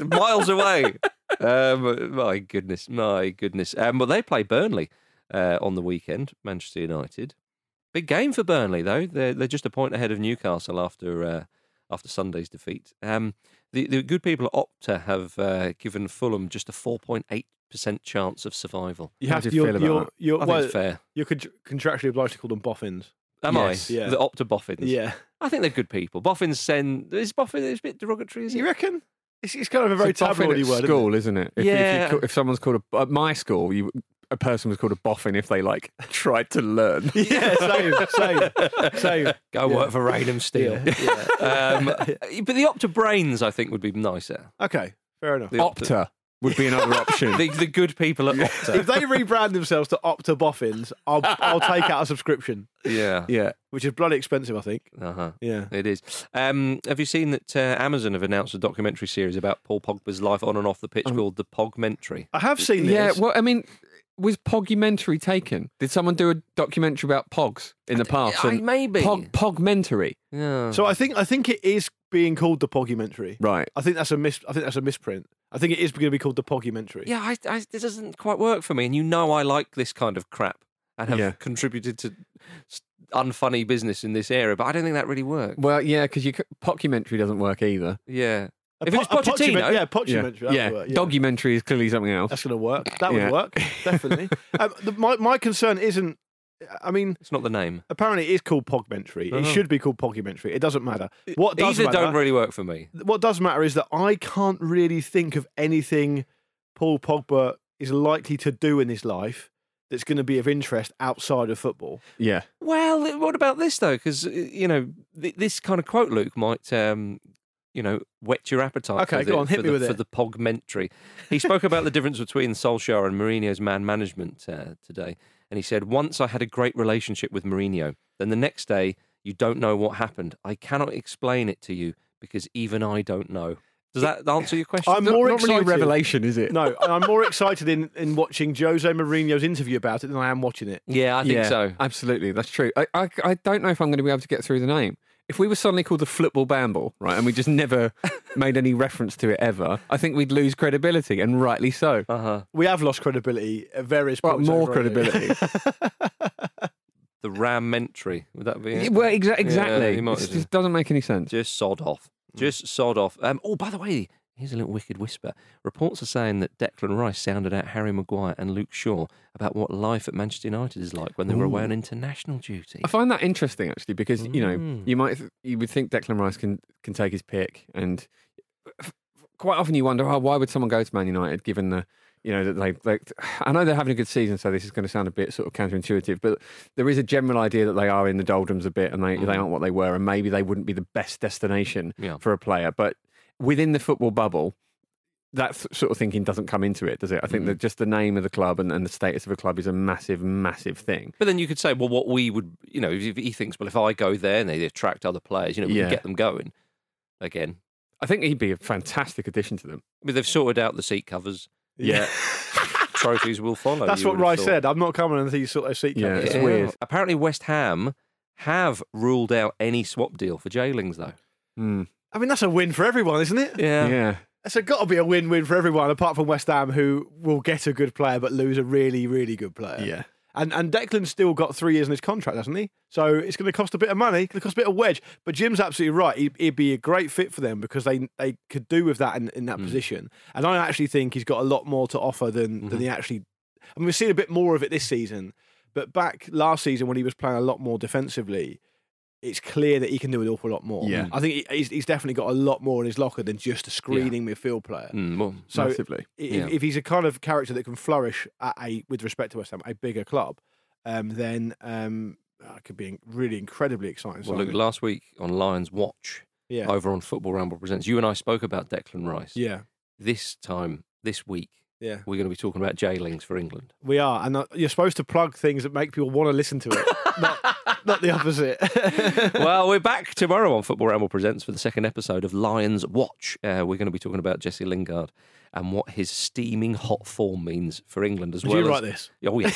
[SPEAKER 1] Miles away. Um, my goodness, my goodness. Um, but they play Burnley uh, on the weekend. Manchester United. Big game for Burnley though. They're they're just a point ahead of Newcastle after uh, after Sunday's defeat. Um, the the good people at Opta have uh, given Fulham just a four point eight percent chance of survival.
[SPEAKER 2] You
[SPEAKER 3] How
[SPEAKER 2] have
[SPEAKER 3] do
[SPEAKER 2] to.
[SPEAKER 3] you
[SPEAKER 2] You're,
[SPEAKER 3] feel about
[SPEAKER 2] you're,
[SPEAKER 3] that?
[SPEAKER 1] I
[SPEAKER 2] you're,
[SPEAKER 1] think
[SPEAKER 2] well,
[SPEAKER 1] it's fair.
[SPEAKER 2] you're con- contractually obliged to call them boffins.
[SPEAKER 1] Am
[SPEAKER 3] Yes.
[SPEAKER 1] I?
[SPEAKER 2] Yeah.
[SPEAKER 1] The Opta Boffins.
[SPEAKER 2] Yeah.
[SPEAKER 1] I think they're good people. Boffins send is Boffin is a bit derogatory, is it?
[SPEAKER 2] You reckon? It's, it's kind of a very
[SPEAKER 3] It's a boffin
[SPEAKER 2] tabloidy
[SPEAKER 3] at
[SPEAKER 2] word. isn't
[SPEAKER 3] school, isn't it? If, if,
[SPEAKER 1] Yeah.
[SPEAKER 3] you, ca- if someone's called a, at my school, you a person was called a boffin if they like tried to learn.
[SPEAKER 2] it? Yeah, same, same, same.
[SPEAKER 1] Go
[SPEAKER 2] Yeah.
[SPEAKER 1] work for Raynham Steel.
[SPEAKER 2] Yeah, yeah.
[SPEAKER 1] um, but the Opta Brains, I think, would be nicer.
[SPEAKER 2] Okay, fair enough.
[SPEAKER 1] The
[SPEAKER 3] Opta would be another option.
[SPEAKER 1] The, the good people at
[SPEAKER 2] If
[SPEAKER 1] Opta.
[SPEAKER 2] they rebrand themselves to Opta Boffins, I'll, I'll take out a subscription,
[SPEAKER 1] yeah.
[SPEAKER 3] yeah.
[SPEAKER 2] which is bloody expensive, I think.
[SPEAKER 1] Uh huh.
[SPEAKER 2] Yeah.
[SPEAKER 1] It is. Um, have you seen that uh, Amazon have announced a documentary series about Paul Pogba's life on and off the
[SPEAKER 3] Um,
[SPEAKER 1] pitch called The Pogmentary?
[SPEAKER 2] I have seen this.
[SPEAKER 3] Yeah, well, I mean, was Pogumentary taken? Did someone do a documentary about Pogs in the past?
[SPEAKER 1] I-
[SPEAKER 3] And
[SPEAKER 1] maybe.
[SPEAKER 3] oh, Pog, Pogmentary.
[SPEAKER 1] Yeah.
[SPEAKER 2] so I think I think it is being called the Pogumentary.
[SPEAKER 3] Right.
[SPEAKER 2] I think that's a mis. I think that's a misprint. I think it is going to be called the Pogumentary.
[SPEAKER 1] yeah, I, I, this doesn't quite work for me. And you know, I like this kind of crap and have
[SPEAKER 3] Yeah.
[SPEAKER 1] contributed to s- unfunny business in this area, but I don't think that really works.
[SPEAKER 3] Well, yeah, because you c- Pocumentary doesn't work either.
[SPEAKER 1] Yeah.
[SPEAKER 2] A
[SPEAKER 1] If
[SPEAKER 2] po-
[SPEAKER 1] it's
[SPEAKER 2] a pogumentary-
[SPEAKER 1] Pochettino-
[SPEAKER 2] yeah, Pogumentary. that would
[SPEAKER 3] yeah.
[SPEAKER 2] work, yeah.
[SPEAKER 3] Documentary is clearly something else.
[SPEAKER 2] That's going to work. That
[SPEAKER 3] Yeah.
[SPEAKER 2] would work definitely. um, the, my my concern isn't. I mean,
[SPEAKER 1] It's not the name.
[SPEAKER 2] apparently it is called Pogmentary. It
[SPEAKER 1] Uh-huh. Uh,
[SPEAKER 2] should be called Pogumentary. It doesn't matter. What does
[SPEAKER 1] Either
[SPEAKER 2] matter?
[SPEAKER 1] don't really work for me.
[SPEAKER 2] what does matter is that I can't really think of anything Paul Pogba is likely to do in his life that's going to be of interest outside of football.
[SPEAKER 3] yeah.
[SPEAKER 1] Well, what about this though? Because you know th- this kind of quote, Luke, might um, you know whet your appetite.
[SPEAKER 2] Okay,
[SPEAKER 1] for the,
[SPEAKER 2] go on, hit
[SPEAKER 1] for
[SPEAKER 2] me
[SPEAKER 1] the,
[SPEAKER 2] with
[SPEAKER 1] for
[SPEAKER 2] it.
[SPEAKER 1] the pogmentary. He spoke about the difference between Solskjaer and Mourinho's man management uh, today, and he said, "Once I had a great relationship with Mourinho. Then the next day, you don't know what happened. I cannot explain it to you because even I don't know." Does that answer your question?
[SPEAKER 2] I'm more
[SPEAKER 3] not really a
[SPEAKER 2] excited.
[SPEAKER 3] revelation, is it?
[SPEAKER 2] No, and I'm more excited in, in watching Jose Mourinho's interview about it than I am watching it.
[SPEAKER 1] yeah, I think
[SPEAKER 3] yeah,
[SPEAKER 1] so.
[SPEAKER 3] Absolutely. That's true. I, I, I don't know if I'm going to be able to get through the name. If we were suddenly called the Football Bamble, right, and we just never made any reference to it ever, I think we'd lose credibility, and rightly so.
[SPEAKER 1] Uh huh.
[SPEAKER 2] We have lost credibility at various
[SPEAKER 3] Well,
[SPEAKER 2] points.
[SPEAKER 3] more
[SPEAKER 2] over it.
[SPEAKER 3] credibility.
[SPEAKER 1] The rammentary. Would that be it?
[SPEAKER 3] Yeah, well, exa- exactly.
[SPEAKER 1] you might
[SPEAKER 3] it
[SPEAKER 1] as
[SPEAKER 3] just doesn't make any sense.
[SPEAKER 1] Just sod off. Just sod off. Um, oh, by the way, here's a little wicked whisper. Reports are saying that Declan Rice sounded out Harry Maguire and Luke Shaw about what life at Manchester United is like when they were away on international duty.
[SPEAKER 3] I find that interesting actually because you know
[SPEAKER 1] Mm.
[SPEAKER 3] you might th- you would think Declan Rice can can take his pick and f- quite often you wonder oh, why would someone go to Man United given the you know, that they, they, I know they're having a good season, so this is going to sound a bit sort of counterintuitive, but there is a general idea that they are in the doldrums a bit and they, they aren't what they were, and maybe they wouldn't be the best destination
[SPEAKER 1] Mm. Yeah.
[SPEAKER 3] for a player. But within the football bubble, that th- sort of thinking doesn't come into it, does it? I
[SPEAKER 1] Mm.
[SPEAKER 3] think that just the name of the club and, and the status of a club is a massive, massive thing.
[SPEAKER 1] But then you could say, well, what we would, you know, if he thinks, well, if I go there and they attract other players, you know, we
[SPEAKER 3] Yeah.
[SPEAKER 1] can get them going again.
[SPEAKER 3] I think he'd be a fantastic addition to them.
[SPEAKER 1] I mean, they've sorted out the seat covers.
[SPEAKER 3] Yeah.
[SPEAKER 1] Trophies will follow.
[SPEAKER 2] That's
[SPEAKER 1] you
[SPEAKER 2] what
[SPEAKER 1] would have
[SPEAKER 2] Rice
[SPEAKER 1] thought.
[SPEAKER 2] said. I'm not coming until you sort those seat
[SPEAKER 3] Yeah,
[SPEAKER 2] covers.
[SPEAKER 3] it's
[SPEAKER 2] out."
[SPEAKER 3] weird.
[SPEAKER 1] Apparently, West Ham have ruled out any swap deal for Jailings, though.
[SPEAKER 3] Mm.
[SPEAKER 2] I mean, that's a win for everyone, isn't it?
[SPEAKER 1] Yeah.
[SPEAKER 3] yeah.
[SPEAKER 2] It's got to be a win-win for everyone, apart from West Ham, who will get a good player but lose a really, really good player. And and Declan's still got three years in his contract, hasn't he? So it's going to cost a bit of money, going to cost a bit of wedge. But Jim's absolutely right. He'd, he'd be a great fit for them because they they could do with that in, in that position. And I actually think he's got a lot more to offer than than he actually. I mean, we've seen a bit more of it this season, but back last season when he was playing a lot more defensively. It's clear that he can do an awful lot more.
[SPEAKER 3] Yeah.
[SPEAKER 2] I think he- he's, he's definitely got a lot more in his locker than just a screening midfield player.
[SPEAKER 1] Mm, well,
[SPEAKER 2] So
[SPEAKER 3] Massively.
[SPEAKER 2] if,
[SPEAKER 1] Yeah.
[SPEAKER 2] if he's a kind of character that can flourish at a, with respect to West Ham, a bigger club, um, then um, that could be in- really incredibly exciting.
[SPEAKER 1] well, look,
[SPEAKER 2] signing.
[SPEAKER 1] last week on Lions Watch
[SPEAKER 2] yeah,
[SPEAKER 1] over on Football Ramble Presents, you and I spoke about Declan Rice.
[SPEAKER 2] yeah,
[SPEAKER 1] This time, this week,
[SPEAKER 2] yeah.
[SPEAKER 1] we're going to be talking about Jailings for England.
[SPEAKER 2] We are, and uh, you're supposed to plug things that make people want to listen to it, not, not the opposite.
[SPEAKER 1] well, we're back tomorrow on Football Ramble Presents for the second episode of Lions Watch. Uh, we're going to be talking about Jesse Lingard and what his steaming hot form means for England as
[SPEAKER 2] Did
[SPEAKER 1] well.
[SPEAKER 2] you
[SPEAKER 1] as-
[SPEAKER 2] write this?
[SPEAKER 1] Oh, yeah.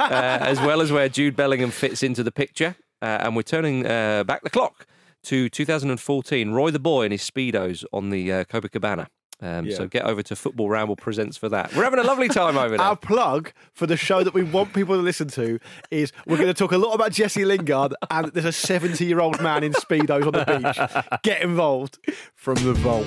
[SPEAKER 1] uh, as well as where Jude Bellingham fits into the picture. Uh, and we're turning uh, back the clock to 2014. Roy the Boy and his Speedos on the uh, Copacabana. Um,
[SPEAKER 2] Yeah.
[SPEAKER 1] So get over to Football Ramble Presents for that. We're having a lovely time over there.
[SPEAKER 2] Our plug for the show that we want people to listen to is we're going to talk a lot about Jesse Lingard, and there's a 70 year old man in Speedos on the beach. Get involved from the vault.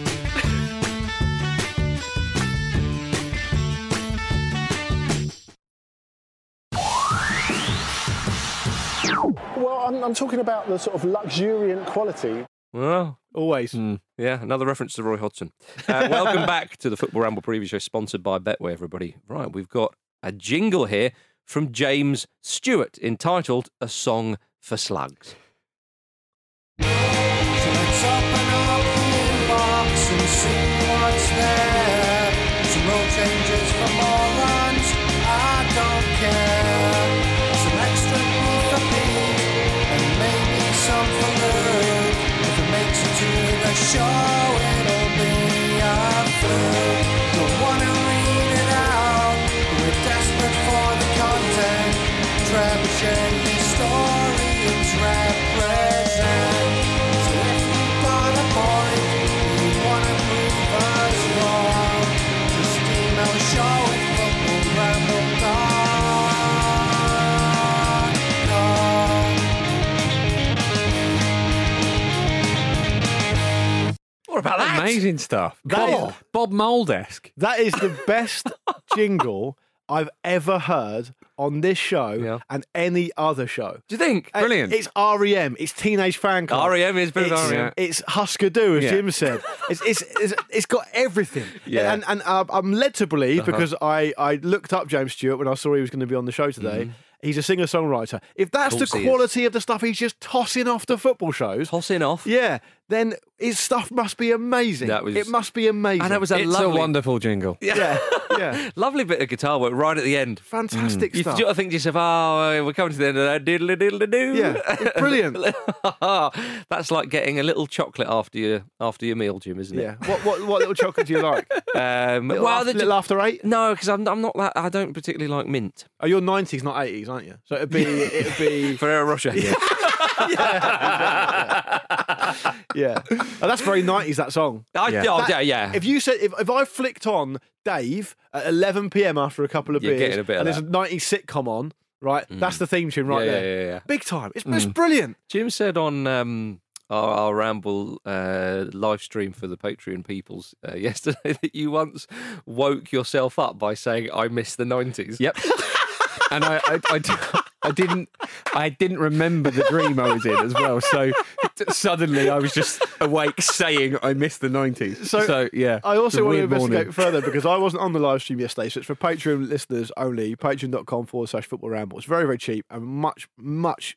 [SPEAKER 4] Well, I'm, I'm talking about the sort of luxuriant quality.
[SPEAKER 1] Well,
[SPEAKER 2] Always.
[SPEAKER 1] Hmm. Yeah, another reference to Roy Hodgson. Uh, welcome back to the Football Ramble preview show, sponsored by Betway, everybody. Right, we've got a jingle here from James Stewart entitled A Song for Slugs.
[SPEAKER 5] Let's open up the inbox and see what's there. Some rule changes for morons, I don't care. Some extra glue for Pete, and maybe some for Luke. If it makes it to the show, it'll be a fluke. Don't wanna read it out, but we're desperate for the content. Trebuchet historians represent. So if you got a point, you wanna prove us wrong, just email show at footballramble.com.
[SPEAKER 1] What about that?
[SPEAKER 3] Amazing stuff.
[SPEAKER 2] That
[SPEAKER 3] Bob,
[SPEAKER 2] is-
[SPEAKER 3] Bob Moldesk.
[SPEAKER 2] That is the best jingle I've ever heard on this show
[SPEAKER 1] Yeah.
[SPEAKER 2] and any other show.
[SPEAKER 1] Do you think?
[SPEAKER 2] Uh,
[SPEAKER 3] Brilliant.
[SPEAKER 2] It's REM. It's Teenage Fan Club.
[SPEAKER 1] REM E is better than
[SPEAKER 2] It's,
[SPEAKER 1] REM.
[SPEAKER 2] it's Husker Du, as
[SPEAKER 3] Yeah.
[SPEAKER 2] Jim said. It's, it's, it's, it's got everything.
[SPEAKER 1] Yeah. Uh-huh.
[SPEAKER 2] And, and uh, I'm led to believe, because I, I looked up James Stewart when I saw he was going to be on the show today, he's a singer songwriter. If that's the
[SPEAKER 1] Mm-hmm. course he is.
[SPEAKER 2] quality of the stuff he's just tossing off to football shows,
[SPEAKER 1] Tossing off.
[SPEAKER 2] yeah, then his stuff must be amazing.
[SPEAKER 1] That was-
[SPEAKER 2] it must be amazing.
[SPEAKER 1] And that was a
[SPEAKER 3] it's
[SPEAKER 1] lovely,
[SPEAKER 3] a wonderful jingle.
[SPEAKER 2] Yeah, yeah.
[SPEAKER 1] lovely bit of guitar work right at the end.
[SPEAKER 2] Fantastic
[SPEAKER 1] You
[SPEAKER 2] stuff.
[SPEAKER 1] sort of think to yourself, oh, uh, we're coming to the end of that. Diddle diddle do.
[SPEAKER 2] Yeah, it's brilliant.
[SPEAKER 1] Ah, That's like getting a little chocolate after your after your meal, Jim, isn't it?
[SPEAKER 2] yeah. What, what what little chocolate do you like?
[SPEAKER 1] Um,
[SPEAKER 2] Little,
[SPEAKER 1] well,
[SPEAKER 2] after,
[SPEAKER 1] the-
[SPEAKER 2] little after eight?
[SPEAKER 1] no, because I'm, I'm not that. I don't particularly like mint.
[SPEAKER 2] Oh, you're nineties, not eighties, aren't you? So it'd be it'd be
[SPEAKER 1] Ferrero Rocher. Yeah.
[SPEAKER 2] yeah. Oh, that's very nineties. That song.
[SPEAKER 1] I,
[SPEAKER 3] Yeah.
[SPEAKER 1] oh,
[SPEAKER 2] That-
[SPEAKER 1] yeah, yeah.
[SPEAKER 2] If you said if, if I flicked on Dave at eleven p.m. after a couple of
[SPEAKER 1] You're
[SPEAKER 2] beers,
[SPEAKER 1] getting a bit of
[SPEAKER 2] and there's
[SPEAKER 1] that. Mm.
[SPEAKER 2] a nineties sitcom on, right? That's the theme tune right
[SPEAKER 1] Yeah, Mm. yeah,
[SPEAKER 2] there.
[SPEAKER 1] yeah, yeah.
[SPEAKER 2] Big time. It's, it's brilliant.
[SPEAKER 1] Jim said on um, our, our Ramble uh, live stream for the Patreon peoples uh, yesterday that you once woke yourself up by saying, I miss the 90s.
[SPEAKER 3] Yep. and I, I, I d- I didn't, I didn't remember the dream I was in as well. So suddenly I was just awake saying I missed the 90s.
[SPEAKER 2] So,
[SPEAKER 3] So, yeah.
[SPEAKER 2] I
[SPEAKER 3] it's a
[SPEAKER 2] also want to
[SPEAKER 3] weird morning.
[SPEAKER 2] investigate further because I wasn't on the live stream yesterday, so it's for Patreon listeners only. Patreon.com forward slash football ramble. It's very, very cheap and much, much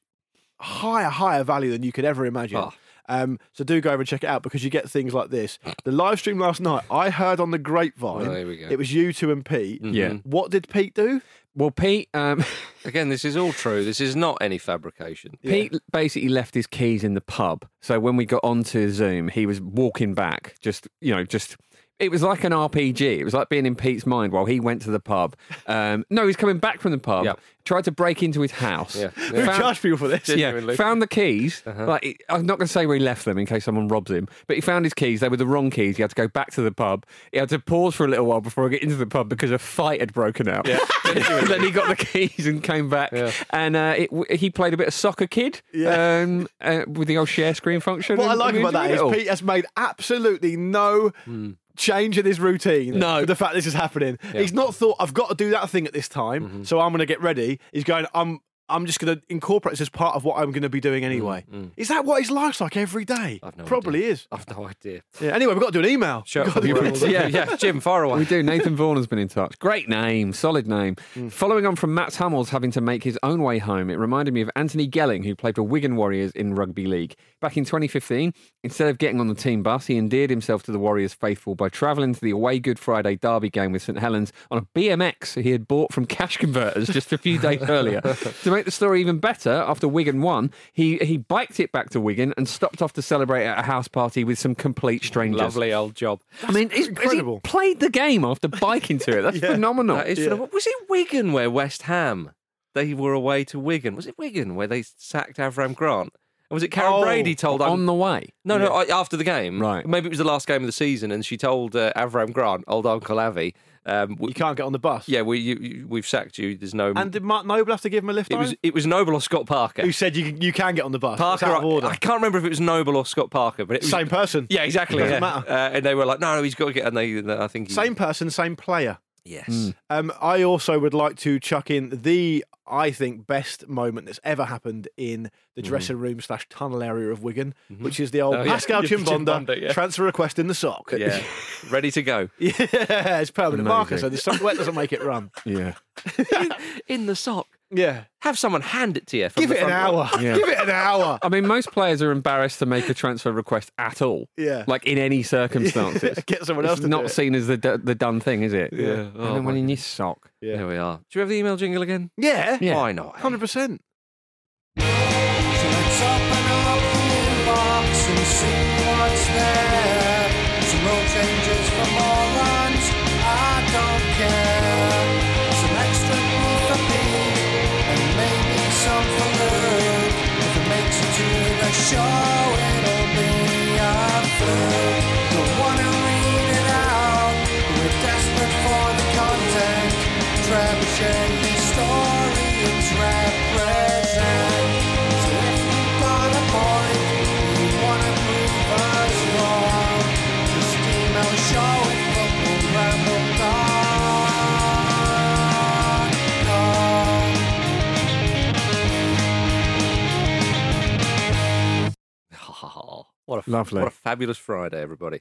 [SPEAKER 2] higher, higher value than you could ever imagine.
[SPEAKER 1] Ah.
[SPEAKER 2] Um, so do go over and check it out because you get things like this. The live stream last night, I heard on the grapevine.
[SPEAKER 1] Oh, there we go. Mm-hmm.
[SPEAKER 2] It was you two and Pete.
[SPEAKER 3] Yeah.
[SPEAKER 2] What did Pete do?
[SPEAKER 3] Well, Pete, um,
[SPEAKER 1] Again, this is all true. This is not any fabrication.
[SPEAKER 3] Pete basically left his keys in the pub. So when we got onto Zoom, he was walking back, just, you know, just. It was like an RPG. It was like being in Pete's mind while he went to the pub. Um, no, he's coming back from the pub.
[SPEAKER 1] Yeah.
[SPEAKER 3] Tried to break into his house.
[SPEAKER 1] Yeah.
[SPEAKER 2] Who
[SPEAKER 1] Found-
[SPEAKER 2] charged people for this?
[SPEAKER 1] Genuinely.
[SPEAKER 3] Yeah, found the keys.
[SPEAKER 2] Uh-huh.
[SPEAKER 3] Like he- I'm not going to say where he left them in case someone robs him, but he found his keys. They were the wrong keys. He had to go back to the pub. He had to pause for a little while before I get into the pub because a fight had broken out. then he got the keys and came back, and uh, it, w- he played a bit of soccer kid
[SPEAKER 2] Yeah.
[SPEAKER 3] um, uh, with the old share screen function.
[SPEAKER 2] What I
[SPEAKER 3] and-
[SPEAKER 2] like
[SPEAKER 3] and
[SPEAKER 2] about that
[SPEAKER 3] enjoyed
[SPEAKER 2] is
[SPEAKER 3] it all.
[SPEAKER 2] Pete has made absolutely no
[SPEAKER 1] Hmm.
[SPEAKER 2] change in his routine.
[SPEAKER 3] No.
[SPEAKER 2] for the fact this is happening, he's not thought I've got to do that thing at this time,
[SPEAKER 1] Mm-hmm.
[SPEAKER 2] so I'm going to get ready. He's going, I'm, I'm just going to incorporate this as part of what I'm going to be doing anyway. Is that what his life's like every day?
[SPEAKER 1] Mm, I've no
[SPEAKER 2] Probably is.
[SPEAKER 1] I've no idea.
[SPEAKER 2] Yeah. Anyway, we've got to do an email.
[SPEAKER 1] Sure.
[SPEAKER 2] We've got to do an email.
[SPEAKER 1] yeah, yeah. Jim, far away.
[SPEAKER 3] We do. Nathan Vaughan has been in touch. Great name, solid name. Following on from Matt Hummels having to make his own way home, it reminded me of Anthony Gelling, who played for Wigan Warriors in rugby league. Back in 2015, instead of getting on the team bus, he endeared himself to the Warriors faithful by travelling to the away Good Friday derby game with St Helens on a BMX he had bought from cash converters just a few days earlier. To make the story even better, after Wigan won, he, he biked it back to Wigan and stopped off to celebrate at a house party with some complete strangers.
[SPEAKER 1] Lovely old job.
[SPEAKER 3] I mean, it's
[SPEAKER 2] incredible.
[SPEAKER 3] incredible. played the game after biking to it. That's phenomenal.
[SPEAKER 1] That is phenomenal. Was it Wigan where West Ham they were away to Wigan? Was it Wigan where they sacked Avram Grant? And was it Karen
[SPEAKER 2] Oh,
[SPEAKER 1] Brady told
[SPEAKER 3] on
[SPEAKER 1] I'm-
[SPEAKER 3] the way.
[SPEAKER 1] No, no, I, after the game.
[SPEAKER 3] Right.
[SPEAKER 1] Maybe it was the last game of the season, and she told uh, Avram Grant, old Uncle Avi, um,
[SPEAKER 2] You
[SPEAKER 1] we,
[SPEAKER 2] can't get on the bus.
[SPEAKER 1] yeah, we, you, you, we've sacked you. There's no.
[SPEAKER 2] And did Mark Noble have to give him a lift?
[SPEAKER 1] it was
[SPEAKER 2] home?
[SPEAKER 1] it was Noble or Scott Parker.
[SPEAKER 2] Who said you you can get on the bus? It's
[SPEAKER 1] Parker,
[SPEAKER 2] out of order.
[SPEAKER 1] I, I can't remember if it was Noble or Scott Parker, but it was,
[SPEAKER 2] Same person.
[SPEAKER 1] Yeah, exactly.
[SPEAKER 2] Doesn't
[SPEAKER 1] yeah.
[SPEAKER 2] matter.
[SPEAKER 1] Uh, and they were like, no, no, he's got to get. And they, I think he,
[SPEAKER 2] Same person, same player.
[SPEAKER 1] Yes.
[SPEAKER 2] Um, I also would like to chuck in the, I think, best moment that's ever happened in the dressing room slash tunnel area of Wigan, which is the old
[SPEAKER 1] Oh, yeah.
[SPEAKER 2] Pascal
[SPEAKER 1] Jim
[SPEAKER 2] Chimbonda
[SPEAKER 1] Bonda, yeah.
[SPEAKER 2] transfer request in the sock.
[SPEAKER 1] Yeah. Ready to go
[SPEAKER 2] Yeah, it's permanent
[SPEAKER 3] Amazing.
[SPEAKER 2] marker, so the sock wet doesn't make it run.
[SPEAKER 3] Yeah.
[SPEAKER 1] in the sock.
[SPEAKER 2] Yeah.
[SPEAKER 1] Have someone hand it to you. From
[SPEAKER 2] Give
[SPEAKER 1] the
[SPEAKER 2] it an
[SPEAKER 1] front row.
[SPEAKER 2] hour.
[SPEAKER 3] Yeah.
[SPEAKER 2] Give it an hour.
[SPEAKER 3] I mean, most players are embarrassed to make a transfer request at all.
[SPEAKER 2] Yeah.
[SPEAKER 3] Like in any circumstances.
[SPEAKER 2] Get someone else
[SPEAKER 3] it's
[SPEAKER 2] to do
[SPEAKER 3] not
[SPEAKER 2] it.
[SPEAKER 3] seen as the, d- the done thing, is it?
[SPEAKER 2] Yeah.
[SPEAKER 3] And
[SPEAKER 1] Oh,
[SPEAKER 3] then
[SPEAKER 1] my
[SPEAKER 3] when in your sock.
[SPEAKER 2] Yeah.
[SPEAKER 1] There we are. Do you have the email jingle again?
[SPEAKER 2] Yeah. Oh,
[SPEAKER 1] Why not?
[SPEAKER 2] 100%.
[SPEAKER 5] So let's open up the inbox and see what's there. Some rule changes for morons, I don't care. Some extra food for Pete, and maybe some for Luke. If it makes it to the show, it'll be a fluke. Don't wanna read it out, we're desperate for the content. Trebuchet, historians represent. So if you've got a point, you wanna prove us wrong, just email the show at footballramble.com.
[SPEAKER 1] What a,
[SPEAKER 3] Lovely.
[SPEAKER 1] What a fabulous Friday, everybody.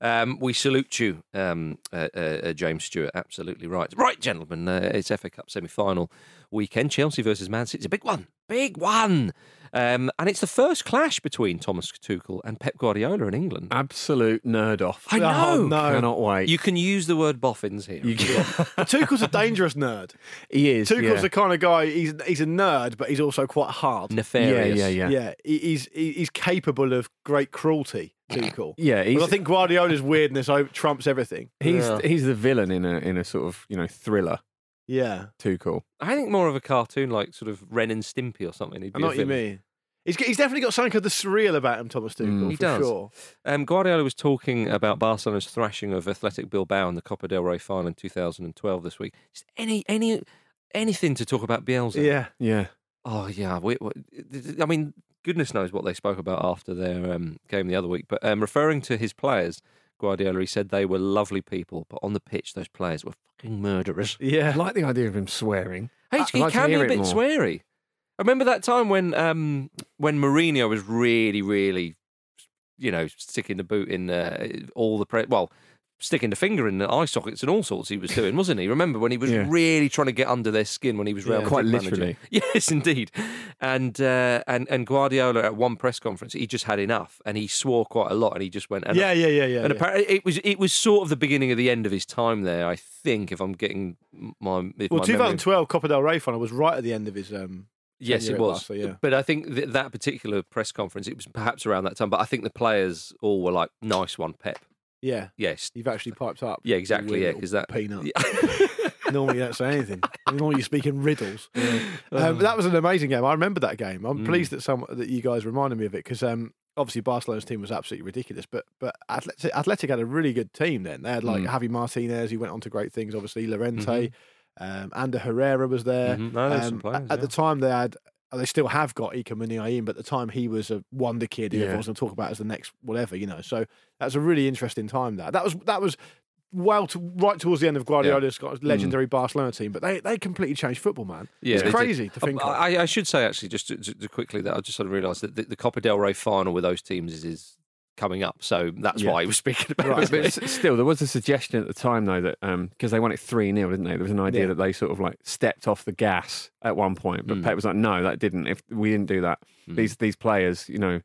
[SPEAKER 1] Um, we salute you, um, uh, uh, uh, James Stewart. Absolutely right. Right, gentlemen, uh, it's FA Cup semi final weekend. Chelsea versus Man City. It's a big one. Big one. Um, and it's the first clash between Thomas Tuchel and Pep Guardiola in
[SPEAKER 3] Ah,
[SPEAKER 1] England.
[SPEAKER 3] Absolute nerd off. Oh,
[SPEAKER 1] I know.
[SPEAKER 2] no.
[SPEAKER 3] Cannot wait.
[SPEAKER 1] You can use the word boffins here.
[SPEAKER 3] You can-
[SPEAKER 2] Tuchel's a dangerous nerd.
[SPEAKER 3] he is.
[SPEAKER 2] Tuchel's
[SPEAKER 3] yeah.
[SPEAKER 2] the kind of guy, he's, he's a nerd, but he's also quite hard.
[SPEAKER 3] yeah,
[SPEAKER 1] Nefarious.
[SPEAKER 3] yeah, yeah.
[SPEAKER 2] Yeah, he- he's he- he's capable of great cruelty, Tuchel.
[SPEAKER 3] Yeah,
[SPEAKER 2] Well, I
[SPEAKER 3] he's-
[SPEAKER 2] think Guardiola's weirdness over, trumps everything.
[SPEAKER 3] He's
[SPEAKER 1] Yeah.
[SPEAKER 3] he's the villain in a in a sort of you know thriller.
[SPEAKER 2] Yeah,
[SPEAKER 3] Too cool.
[SPEAKER 1] I think more of a cartoon like sort of Ren and Stimpy or something. He'd
[SPEAKER 2] I
[SPEAKER 1] be
[SPEAKER 2] know
[SPEAKER 1] a
[SPEAKER 2] what you
[SPEAKER 1] villain.
[SPEAKER 2] mean. He's, g- he's definitely got something of the surreal about him, Thomas Tuchel,
[SPEAKER 3] Mm.
[SPEAKER 2] for
[SPEAKER 1] He does.
[SPEAKER 2] sure.
[SPEAKER 1] Um, Guardiola was talking about Barcelona's thrashing of Athletic Bilbao in the Copa del Rey final in 2012 this week. Just any, any, anything to talk about Bielsa?
[SPEAKER 2] Yeah,
[SPEAKER 3] Yeah.
[SPEAKER 1] Oh yeah. We, we, I mean, goodness knows what they spoke about after their um, game the other week. But um, referring to his players, Guardiola, he said they were lovely people, but on the pitch, those players were fucking murderers.
[SPEAKER 2] yeah.
[SPEAKER 3] I like the idea of him swearing.
[SPEAKER 1] Hey,
[SPEAKER 3] I'd
[SPEAKER 1] he
[SPEAKER 3] like to
[SPEAKER 1] can be
[SPEAKER 3] hear
[SPEAKER 1] a
[SPEAKER 3] it
[SPEAKER 1] bit
[SPEAKER 3] more.
[SPEAKER 1] sweary. I remember that time when um, when Mourinho was really, really, you know, sticking the boot in uh, all the pre- well, sticking the finger in the eye sockets and all sorts. He was doing, wasn't he? Remember when he was
[SPEAKER 3] Yeah.
[SPEAKER 1] really trying to get under their skin when he was Real
[SPEAKER 2] Yeah.
[SPEAKER 1] Madrid
[SPEAKER 3] Quite
[SPEAKER 1] manager?
[SPEAKER 3] literally.
[SPEAKER 1] Yes, indeed. And uh, and and Guardiola at one press conference, he just had enough, and he swore quite a lot, and he just went. And
[SPEAKER 2] yeah, yeah, yeah, yeah.
[SPEAKER 1] and
[SPEAKER 2] yeah.
[SPEAKER 1] apparently, it was it was sort of the beginning of the end of his time there. I think, if I'm getting my if
[SPEAKER 2] well,
[SPEAKER 1] my memory-
[SPEAKER 2] 2012 Copa del Rey final was right at the end of his. Um,
[SPEAKER 1] Yes, it
[SPEAKER 2] tenure at
[SPEAKER 1] was.
[SPEAKER 2] Barca, yeah.
[SPEAKER 1] But I think th- that particular press conference, it was perhaps around that time. But I think the players all were like, "Nice one, Pep."
[SPEAKER 2] yeah,
[SPEAKER 1] Yes.
[SPEAKER 2] you've actually piped up.
[SPEAKER 1] Yeah,
[SPEAKER 2] you
[SPEAKER 1] exactly.
[SPEAKER 2] weird
[SPEAKER 1] Yeah,
[SPEAKER 2] little
[SPEAKER 1] because that
[SPEAKER 2] peanut.
[SPEAKER 1] Yeah.
[SPEAKER 2] Normally, you don't say anything. Normally, you speak in riddles.
[SPEAKER 1] Uh-huh.
[SPEAKER 2] Um, that was an amazing game. I remember that game.
[SPEAKER 1] Mm.
[SPEAKER 2] I'm pleased that some that you guys reminded me of it because um, obviously Barcelona's team was absolutely ridiculous. But but Athletic, Athletic had a really good team then. They had
[SPEAKER 1] Mm.
[SPEAKER 2] like Javi Martinez, who went on to great things. Obviously Lorente, um, Ander Herrera was there. Um,
[SPEAKER 1] Mhm. Mm-hmm. No, there's some players,
[SPEAKER 2] at
[SPEAKER 1] yeah.
[SPEAKER 2] the time they had. uh, They still have got Ika Muniain, but at the time he was a wonder kid who
[SPEAKER 3] Yeah.
[SPEAKER 2] everyone's going to talk about as the next whatever, you know. So that's a really interesting time. That that was that was well to, right towards the end of Guardiola's got legendary Barcelona team, but they they completely changed football, man.
[SPEAKER 1] Mm. Yeah,
[SPEAKER 2] it's
[SPEAKER 1] they did. Uh,
[SPEAKER 2] crazy to think. of.
[SPEAKER 1] I, I should say actually, just to, to- to quickly, that I just sort of realised that the, the Copa del Rey final with those teams is, is coming up, so that's
[SPEAKER 3] Yeah.
[SPEAKER 1] why he was speaking about
[SPEAKER 2] Right.
[SPEAKER 1] it.
[SPEAKER 3] But s- still, there was a suggestion at the time, though, that because they won it 3 0, didn't they? There was an idea
[SPEAKER 2] Yeah.
[SPEAKER 3] that they sort of like stepped off the gas at one point. But
[SPEAKER 1] Mm.
[SPEAKER 3] Pep was like, no, that didn't. If we didn't do that,
[SPEAKER 1] Mm.
[SPEAKER 3] these these players, you know,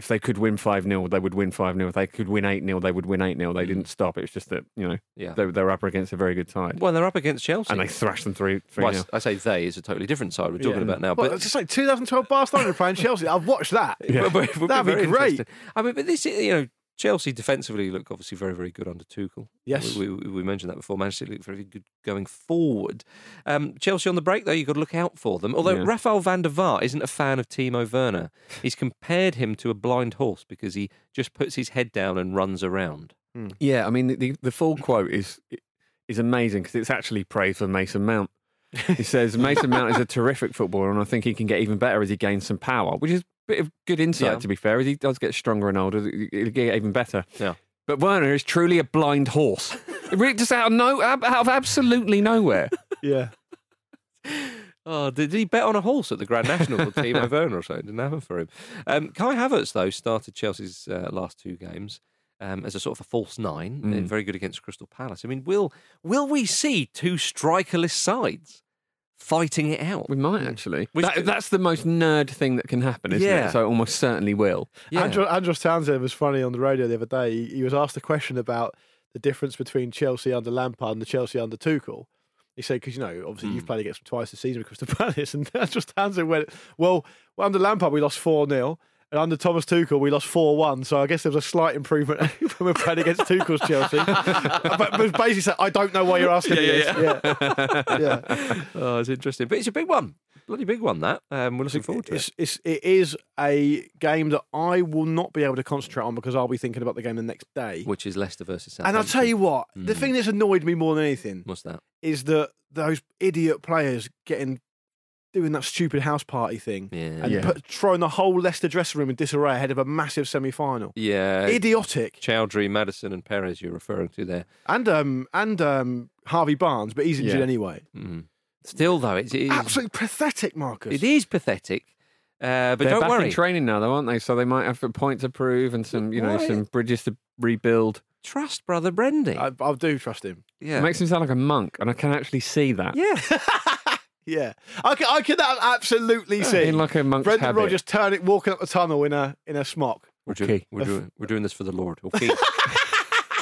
[SPEAKER 3] if they could win 5 0, they would win 5 0. If they could win 8 0, they would win 8 0. They didn't stop. It was just that, you know,
[SPEAKER 1] Mm. Yeah.
[SPEAKER 3] they, they were up against a very good side.
[SPEAKER 1] Well, they're up against Chelsea.
[SPEAKER 3] And they thrashed them 3 3
[SPEAKER 1] Well, I s- I say they is a totally different side we're talking
[SPEAKER 2] Yeah.
[SPEAKER 1] about now.
[SPEAKER 2] Well,
[SPEAKER 1] But
[SPEAKER 2] it's just like 2012 Barcelona playing Chelsea. I've watched that.
[SPEAKER 1] But- but it would
[SPEAKER 2] That'd be
[SPEAKER 1] very
[SPEAKER 2] great.
[SPEAKER 1] interesting. I mean, but this, is- you know, Chelsea defensively look obviously very, very good under Tuchel.
[SPEAKER 2] Yes.
[SPEAKER 1] we, we, we mentioned that before. Manchester City look very good going forward. Um, Chelsea on the break though, you've got to look out for them. Although
[SPEAKER 3] Yeah.
[SPEAKER 1] Rafael van der Vaart isn't a fan of Timo Werner, he's compared him to a blind horse because he just puts his head down and runs around.
[SPEAKER 3] Yeah, I mean the- the, the full quote is is amazing because it's actually praise for Mason Mount. He says Mason Mount is a terrific footballer, and I think he can get even better as he gains some power, which is a bit of good insight
[SPEAKER 1] Yeah.
[SPEAKER 3] to be fair. As he does get stronger and older, he'll get even better.
[SPEAKER 1] Yeah.
[SPEAKER 3] But Werner is truly a blind horse. Really, Just out of no, ab- out of absolutely nowhere.
[SPEAKER 2] Yeah.
[SPEAKER 1] Oh, did he bet on a horse at the Grand National for Timo Werner or something? Didn't happen for him. Um, Kai Havertz, though, started Chelsea's uh, last two games um, as a sort of a false nine, and very good against Crystal Palace. I mean, will will we see two strikerless sides fighting it out?
[SPEAKER 3] We might actually.
[SPEAKER 1] Mm. Which-
[SPEAKER 3] That- that's the most nerd thing that can happen, isn't
[SPEAKER 1] Yeah.
[SPEAKER 3] it? So it almost certainly will.
[SPEAKER 1] Yeah.
[SPEAKER 2] Andrew, Andros Townsend was funny on the radio the other day. He, he was asked a question about the difference between Chelsea under Lampard and the Chelsea under Tuchel. He said, because, you know, obviously you've played against them twice this season with Crystal Palace. And Andros Townsend went, well, under Lampard, we lost 4 0. And under Thomas Tuchel, we lost 4 1. So I guess there was a slight improvement when we played against Tuchel's Chelsea. but, but basically, said, I don't know why you're asking me this. Yeah. yeah.
[SPEAKER 1] Oh, it's interesting, but it's a big one, bloody big one. That um, we're looking forward to.
[SPEAKER 2] It's,
[SPEAKER 1] It.
[SPEAKER 2] it's, it is a game that I will not be able to concentrate on because I'll be thinking about the game the next day.
[SPEAKER 1] Which is Leicester versus Southampton.
[SPEAKER 2] And I'll tell you what,
[SPEAKER 1] Mm.
[SPEAKER 2] the thing that's annoyed me more than anything
[SPEAKER 1] what's that?
[SPEAKER 2] is that those idiot players getting doing that stupid house party thing
[SPEAKER 1] Yeah,
[SPEAKER 2] and
[SPEAKER 3] Yeah.
[SPEAKER 2] put, throwing the whole Leicester dressing room in disarray ahead of a massive semi final.
[SPEAKER 1] yeah.
[SPEAKER 2] Idiotic.
[SPEAKER 1] Chowdhury, Madison, and Perez. You're referring to there.
[SPEAKER 2] And um and um Harvey Barnes, but he's injured
[SPEAKER 3] Yeah.
[SPEAKER 2] anyway.
[SPEAKER 1] Mm. Still though, it's, it is
[SPEAKER 2] Absolutely pathetic, Marcus.
[SPEAKER 1] It is pathetic, uh, but
[SPEAKER 3] They're
[SPEAKER 1] don't
[SPEAKER 3] back
[SPEAKER 1] worry.
[SPEAKER 3] in training now, though, aren't they? So they might have a point to prove and some, you know,
[SPEAKER 1] Right.
[SPEAKER 3] some bridges to rebuild.
[SPEAKER 1] Trust brother Brendy.
[SPEAKER 2] I, I do trust him.
[SPEAKER 1] yeah.
[SPEAKER 3] It makes him sound like a monk, and I can actually see that.
[SPEAKER 1] yeah.
[SPEAKER 2] Yeah, I can, I can absolutely see.
[SPEAKER 3] In like a monk's
[SPEAKER 2] Brendan
[SPEAKER 3] habit.
[SPEAKER 2] Rodgers turning, walking up the tunnel in a in a smock.
[SPEAKER 1] We're, do-
[SPEAKER 3] Okay.
[SPEAKER 1] we're, doing, we're doing this for the Lord. Okay.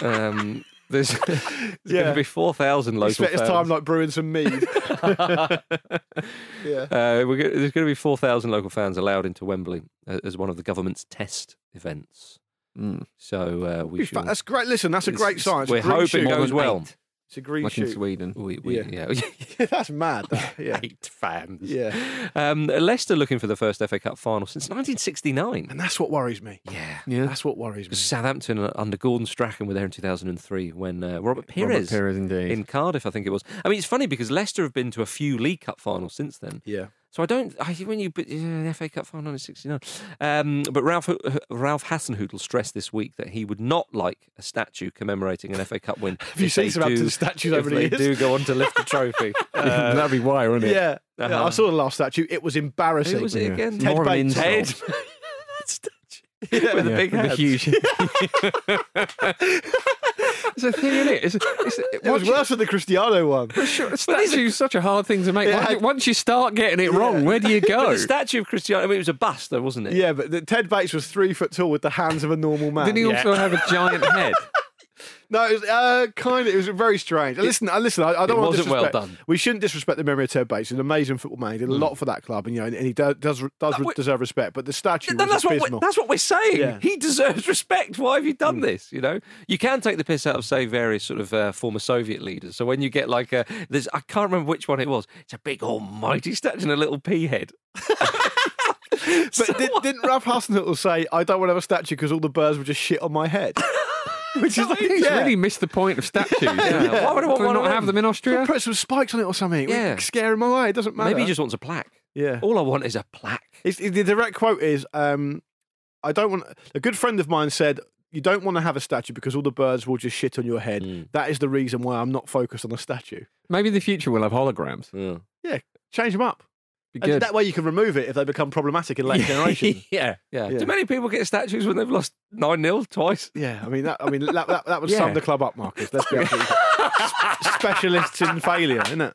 [SPEAKER 1] um, there's there's going
[SPEAKER 2] Yeah.
[SPEAKER 1] to be 4,000
[SPEAKER 2] He
[SPEAKER 1] local
[SPEAKER 2] spent his
[SPEAKER 1] fans.
[SPEAKER 2] time like brewing some mead. yeah,
[SPEAKER 1] Uh, we're go- there's going to be 4,000 local fans allowed into Wembley a- as one of the government's test events.
[SPEAKER 3] Mm.
[SPEAKER 1] So uh, we
[SPEAKER 2] Hmm. Be
[SPEAKER 1] should.
[SPEAKER 2] fa- that's great. Listen, that's a
[SPEAKER 1] It's-
[SPEAKER 2] great
[SPEAKER 1] it's-
[SPEAKER 2] sign. It's a
[SPEAKER 1] we're
[SPEAKER 2] green
[SPEAKER 1] hoping
[SPEAKER 2] shoot.
[SPEAKER 1] it
[SPEAKER 3] More
[SPEAKER 1] goes
[SPEAKER 3] than
[SPEAKER 1] well.
[SPEAKER 3] eight,
[SPEAKER 2] It's a green
[SPEAKER 3] like in
[SPEAKER 2] shoot.
[SPEAKER 3] Sweden.
[SPEAKER 1] We, we, yeah.
[SPEAKER 2] Yeah. that's mad. that. Yeah,
[SPEAKER 1] Eight fans.
[SPEAKER 2] yeah.
[SPEAKER 1] Um, Leicester looking for the first FA Cup final since 1969.
[SPEAKER 2] And that's what worries me.
[SPEAKER 1] Yeah.
[SPEAKER 3] Yeah.
[SPEAKER 2] That's what worries me.
[SPEAKER 1] Southampton uh, under Gordon Strachan were there in 2003 when uh, Robert
[SPEAKER 3] Robert
[SPEAKER 1] Pires
[SPEAKER 3] Pires, indeed.
[SPEAKER 1] in Cardiff, I think it was. I mean, it's funny because Leicester have been to a few League Cup finals since then.
[SPEAKER 2] Yeah,
[SPEAKER 1] So I don't. I, when you but, yeah, an FA Cup final in '69, um, but Ralph Ralph Hasenhutl stressed this week that he would not like a statue commemorating an FA Cup win.
[SPEAKER 2] Have you
[SPEAKER 1] if
[SPEAKER 2] seen
[SPEAKER 1] they
[SPEAKER 2] some Hampton
[SPEAKER 1] do-
[SPEAKER 2] statues
[SPEAKER 1] if
[SPEAKER 2] over the
[SPEAKER 1] they
[SPEAKER 2] years?
[SPEAKER 1] do go on to lift the trophy. Uh,
[SPEAKER 3] That'd be why, wouldn't it?
[SPEAKER 2] Yeah. yeah, I
[SPEAKER 1] Uh-huh.
[SPEAKER 2] saw the last statue. It was embarrassing.
[SPEAKER 1] who was it
[SPEAKER 3] Yeah.
[SPEAKER 1] again?
[SPEAKER 2] Ted
[SPEAKER 1] More of an
[SPEAKER 2] Bates.
[SPEAKER 1] insult.
[SPEAKER 2] That statue. Yeah.
[SPEAKER 1] With a big
[SPEAKER 3] with
[SPEAKER 1] head.
[SPEAKER 3] huge. it's a thing, isn't it? It's, it's,
[SPEAKER 2] It was worse than the Cristiano one.
[SPEAKER 3] Statue's such a hard thing to make.
[SPEAKER 2] Yeah.
[SPEAKER 3] Once you- Once you start getting it wrong, where do you go?
[SPEAKER 1] The statue of Cristiano. I mean, it was a bust, though, wasn't it?
[SPEAKER 2] Yeah, but the, Ted Bates was three foot tall with the hands of a normal man.
[SPEAKER 3] Didn't he also have a giant head?
[SPEAKER 2] No, it was uh, kind of. It was very strange. Listen, uh, listen. I, I don't
[SPEAKER 1] it
[SPEAKER 2] want to
[SPEAKER 1] wasn't well
[SPEAKER 2] disrespect.
[SPEAKER 1] done. Mm.
[SPEAKER 2] We shouldn't disrespect the memory of Ted Bates. He's an amazing football man. He did a lot for that club, and you know, and, and he do, does does
[SPEAKER 1] we-
[SPEAKER 2] deserve respect. But the statue
[SPEAKER 1] Then
[SPEAKER 2] was
[SPEAKER 1] that's what we're,
[SPEAKER 2] abysmal.
[SPEAKER 1] that's what we're saying.
[SPEAKER 2] Yeah. Hmm.
[SPEAKER 1] He deserves respect. Why have you done this? You know, you can take the piss out of say various sort of uh, former Soviet leaders. So when you get like a, there's I can't remember which one it was. It's a big almighty statue and a little pea head.
[SPEAKER 2] but did, didn't Ralph Hasenhüttl say, "I don't want to have a statue because all the birds would just shit on my head"? Which is like,
[SPEAKER 3] He's
[SPEAKER 2] yeah.
[SPEAKER 3] really missed the point of statues.
[SPEAKER 1] Yeah. Why would I want
[SPEAKER 3] Do we
[SPEAKER 1] one of
[SPEAKER 3] not have
[SPEAKER 1] them?
[SPEAKER 3] them in Austria?
[SPEAKER 2] Put some spikes on it or something.
[SPEAKER 1] Yeah.
[SPEAKER 2] scare him away. It doesn't matter.
[SPEAKER 1] Maybe he just wants a plaque.
[SPEAKER 2] yeah.
[SPEAKER 1] All I want is a plaque.
[SPEAKER 2] It's, it- the direct quote is, um, "I don't want." A good friend of mine said, "You don't want to have a statue because all the birds will just shit on your head." That is the reason why I'm not focused on a statue.
[SPEAKER 3] Maybe in the future we'll have holograms.
[SPEAKER 1] Yeah.
[SPEAKER 2] Change them up.
[SPEAKER 3] Be
[SPEAKER 2] And
[SPEAKER 3] good.
[SPEAKER 2] that way you can remove it if they become problematic in later generations.
[SPEAKER 3] yeah.
[SPEAKER 1] Yeah.
[SPEAKER 2] Yeah.
[SPEAKER 1] Do many people get statues when they've lost nine 0 twice?
[SPEAKER 2] Yeah, I mean that. I mean that. That, that would
[SPEAKER 3] Yeah.
[SPEAKER 2] sum the club up, Marcus. Let's be honest. S- Specialists in failure, isn't it?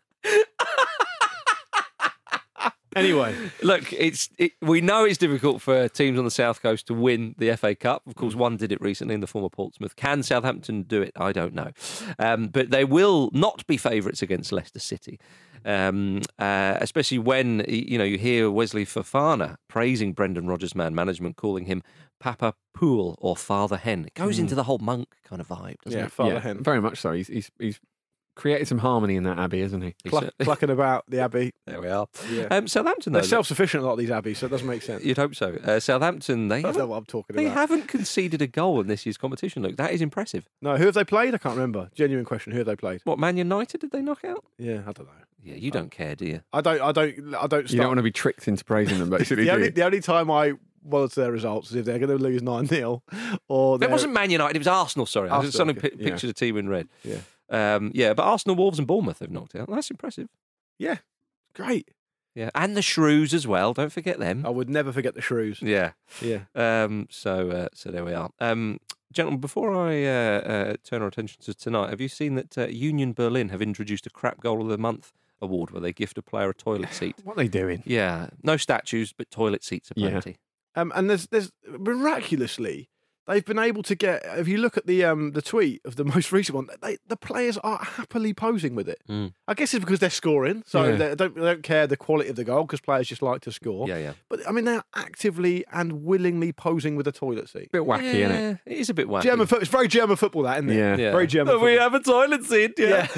[SPEAKER 2] Anyway,
[SPEAKER 1] Look, it's it, we know it's difficult for teams on the south coast to win the FA Cup. Of course, one did it recently in the form of Portsmouth. Can Southampton do it? I don't know, um, but they will not be favourites against Leicester City, um, uh, especially when y- you know you hear Wesley Fofana praising Brendan Rodgers' man management, calling him Papa Pool or Father Hen. It goes into the whole monk kind of vibe, doesn't
[SPEAKER 2] yeah,
[SPEAKER 1] it?
[SPEAKER 2] Father
[SPEAKER 3] Yeah,
[SPEAKER 2] Hen
[SPEAKER 3] Very much so. He's, he's, he's created some harmony in that abbey, isn't he?
[SPEAKER 1] He
[SPEAKER 2] Cluck,
[SPEAKER 1] certainly-
[SPEAKER 2] clucking about the abbey.
[SPEAKER 1] there we are.
[SPEAKER 2] Yeah.
[SPEAKER 1] Um, Southampton, though,
[SPEAKER 2] They're self-sufficient a lot of these abbeys, so it doesn't make sense.
[SPEAKER 1] you'd hope so. Uh, Southampton, they
[SPEAKER 2] That's
[SPEAKER 1] haven't-
[SPEAKER 2] not what I'm talking
[SPEAKER 1] They
[SPEAKER 2] about.
[SPEAKER 1] haven't conceded a goal in this year's competition. Look, that is impressive.
[SPEAKER 2] No, who have they played? I can't remember. Genuine question: Who have they played?
[SPEAKER 1] What Man United did they knock out?
[SPEAKER 2] Yeah, I don't know.
[SPEAKER 1] Yeah, you don't care, do you?
[SPEAKER 2] I don't. I don't. I don't. Start.
[SPEAKER 3] You don't want to be tricked into praising them, basically.
[SPEAKER 2] the,
[SPEAKER 3] do
[SPEAKER 2] only,
[SPEAKER 3] you?
[SPEAKER 2] the only time I monitor their results is if they're going to lose nine 0 or
[SPEAKER 1] It
[SPEAKER 2] they're-
[SPEAKER 1] wasn't Man United. It was Arsenal. Sorry, I was
[SPEAKER 2] Arsenal,
[SPEAKER 1] suddenly
[SPEAKER 2] okay.
[SPEAKER 1] pi-
[SPEAKER 3] Yeah.
[SPEAKER 1] pictured a team in red.
[SPEAKER 2] Yeah.
[SPEAKER 1] um, yeah. But Arsenal, Wolves, and Bournemouth have knocked out. That's impressive.
[SPEAKER 2] great.
[SPEAKER 1] Yeah, and the Shrews as well. Don't forget them.
[SPEAKER 2] I would never forget the shrews.
[SPEAKER 1] Yeah.
[SPEAKER 2] Oh. Yeah.
[SPEAKER 1] Um, so, uh, so there we are, um, gentlemen. Before I uh, uh, turn our attention to tonight, have you seen that uh, Union Berlin have introduced a crap goal of the month award, where they gift a player a toilet seat?
[SPEAKER 2] What are they doing?
[SPEAKER 1] yeah, no statues, but toilet seats are
[SPEAKER 3] Yeah.
[SPEAKER 1] plenty.
[SPEAKER 2] Um, and there's there's miraculously they've been able to get. If you look at the um the tweet of the most recent one, they, the players are happily posing with it.
[SPEAKER 1] Mm.
[SPEAKER 2] I guess it's because they're scoring, so
[SPEAKER 3] Yeah.
[SPEAKER 2] they don't they don't care the quality of the goal because players just like to score.
[SPEAKER 1] Yeah, yeah.
[SPEAKER 2] But I mean, they're actively and willingly posing with a toilet seat.
[SPEAKER 3] bit wacky,
[SPEAKER 1] yeah,
[SPEAKER 3] isn't it?
[SPEAKER 1] It is a bit wacky.
[SPEAKER 2] German football. It's very German football, that isn't it?
[SPEAKER 3] Yeah.
[SPEAKER 1] Yeah.
[SPEAKER 2] Very German.
[SPEAKER 1] we
[SPEAKER 2] football.
[SPEAKER 1] have a toilet seat, yeah.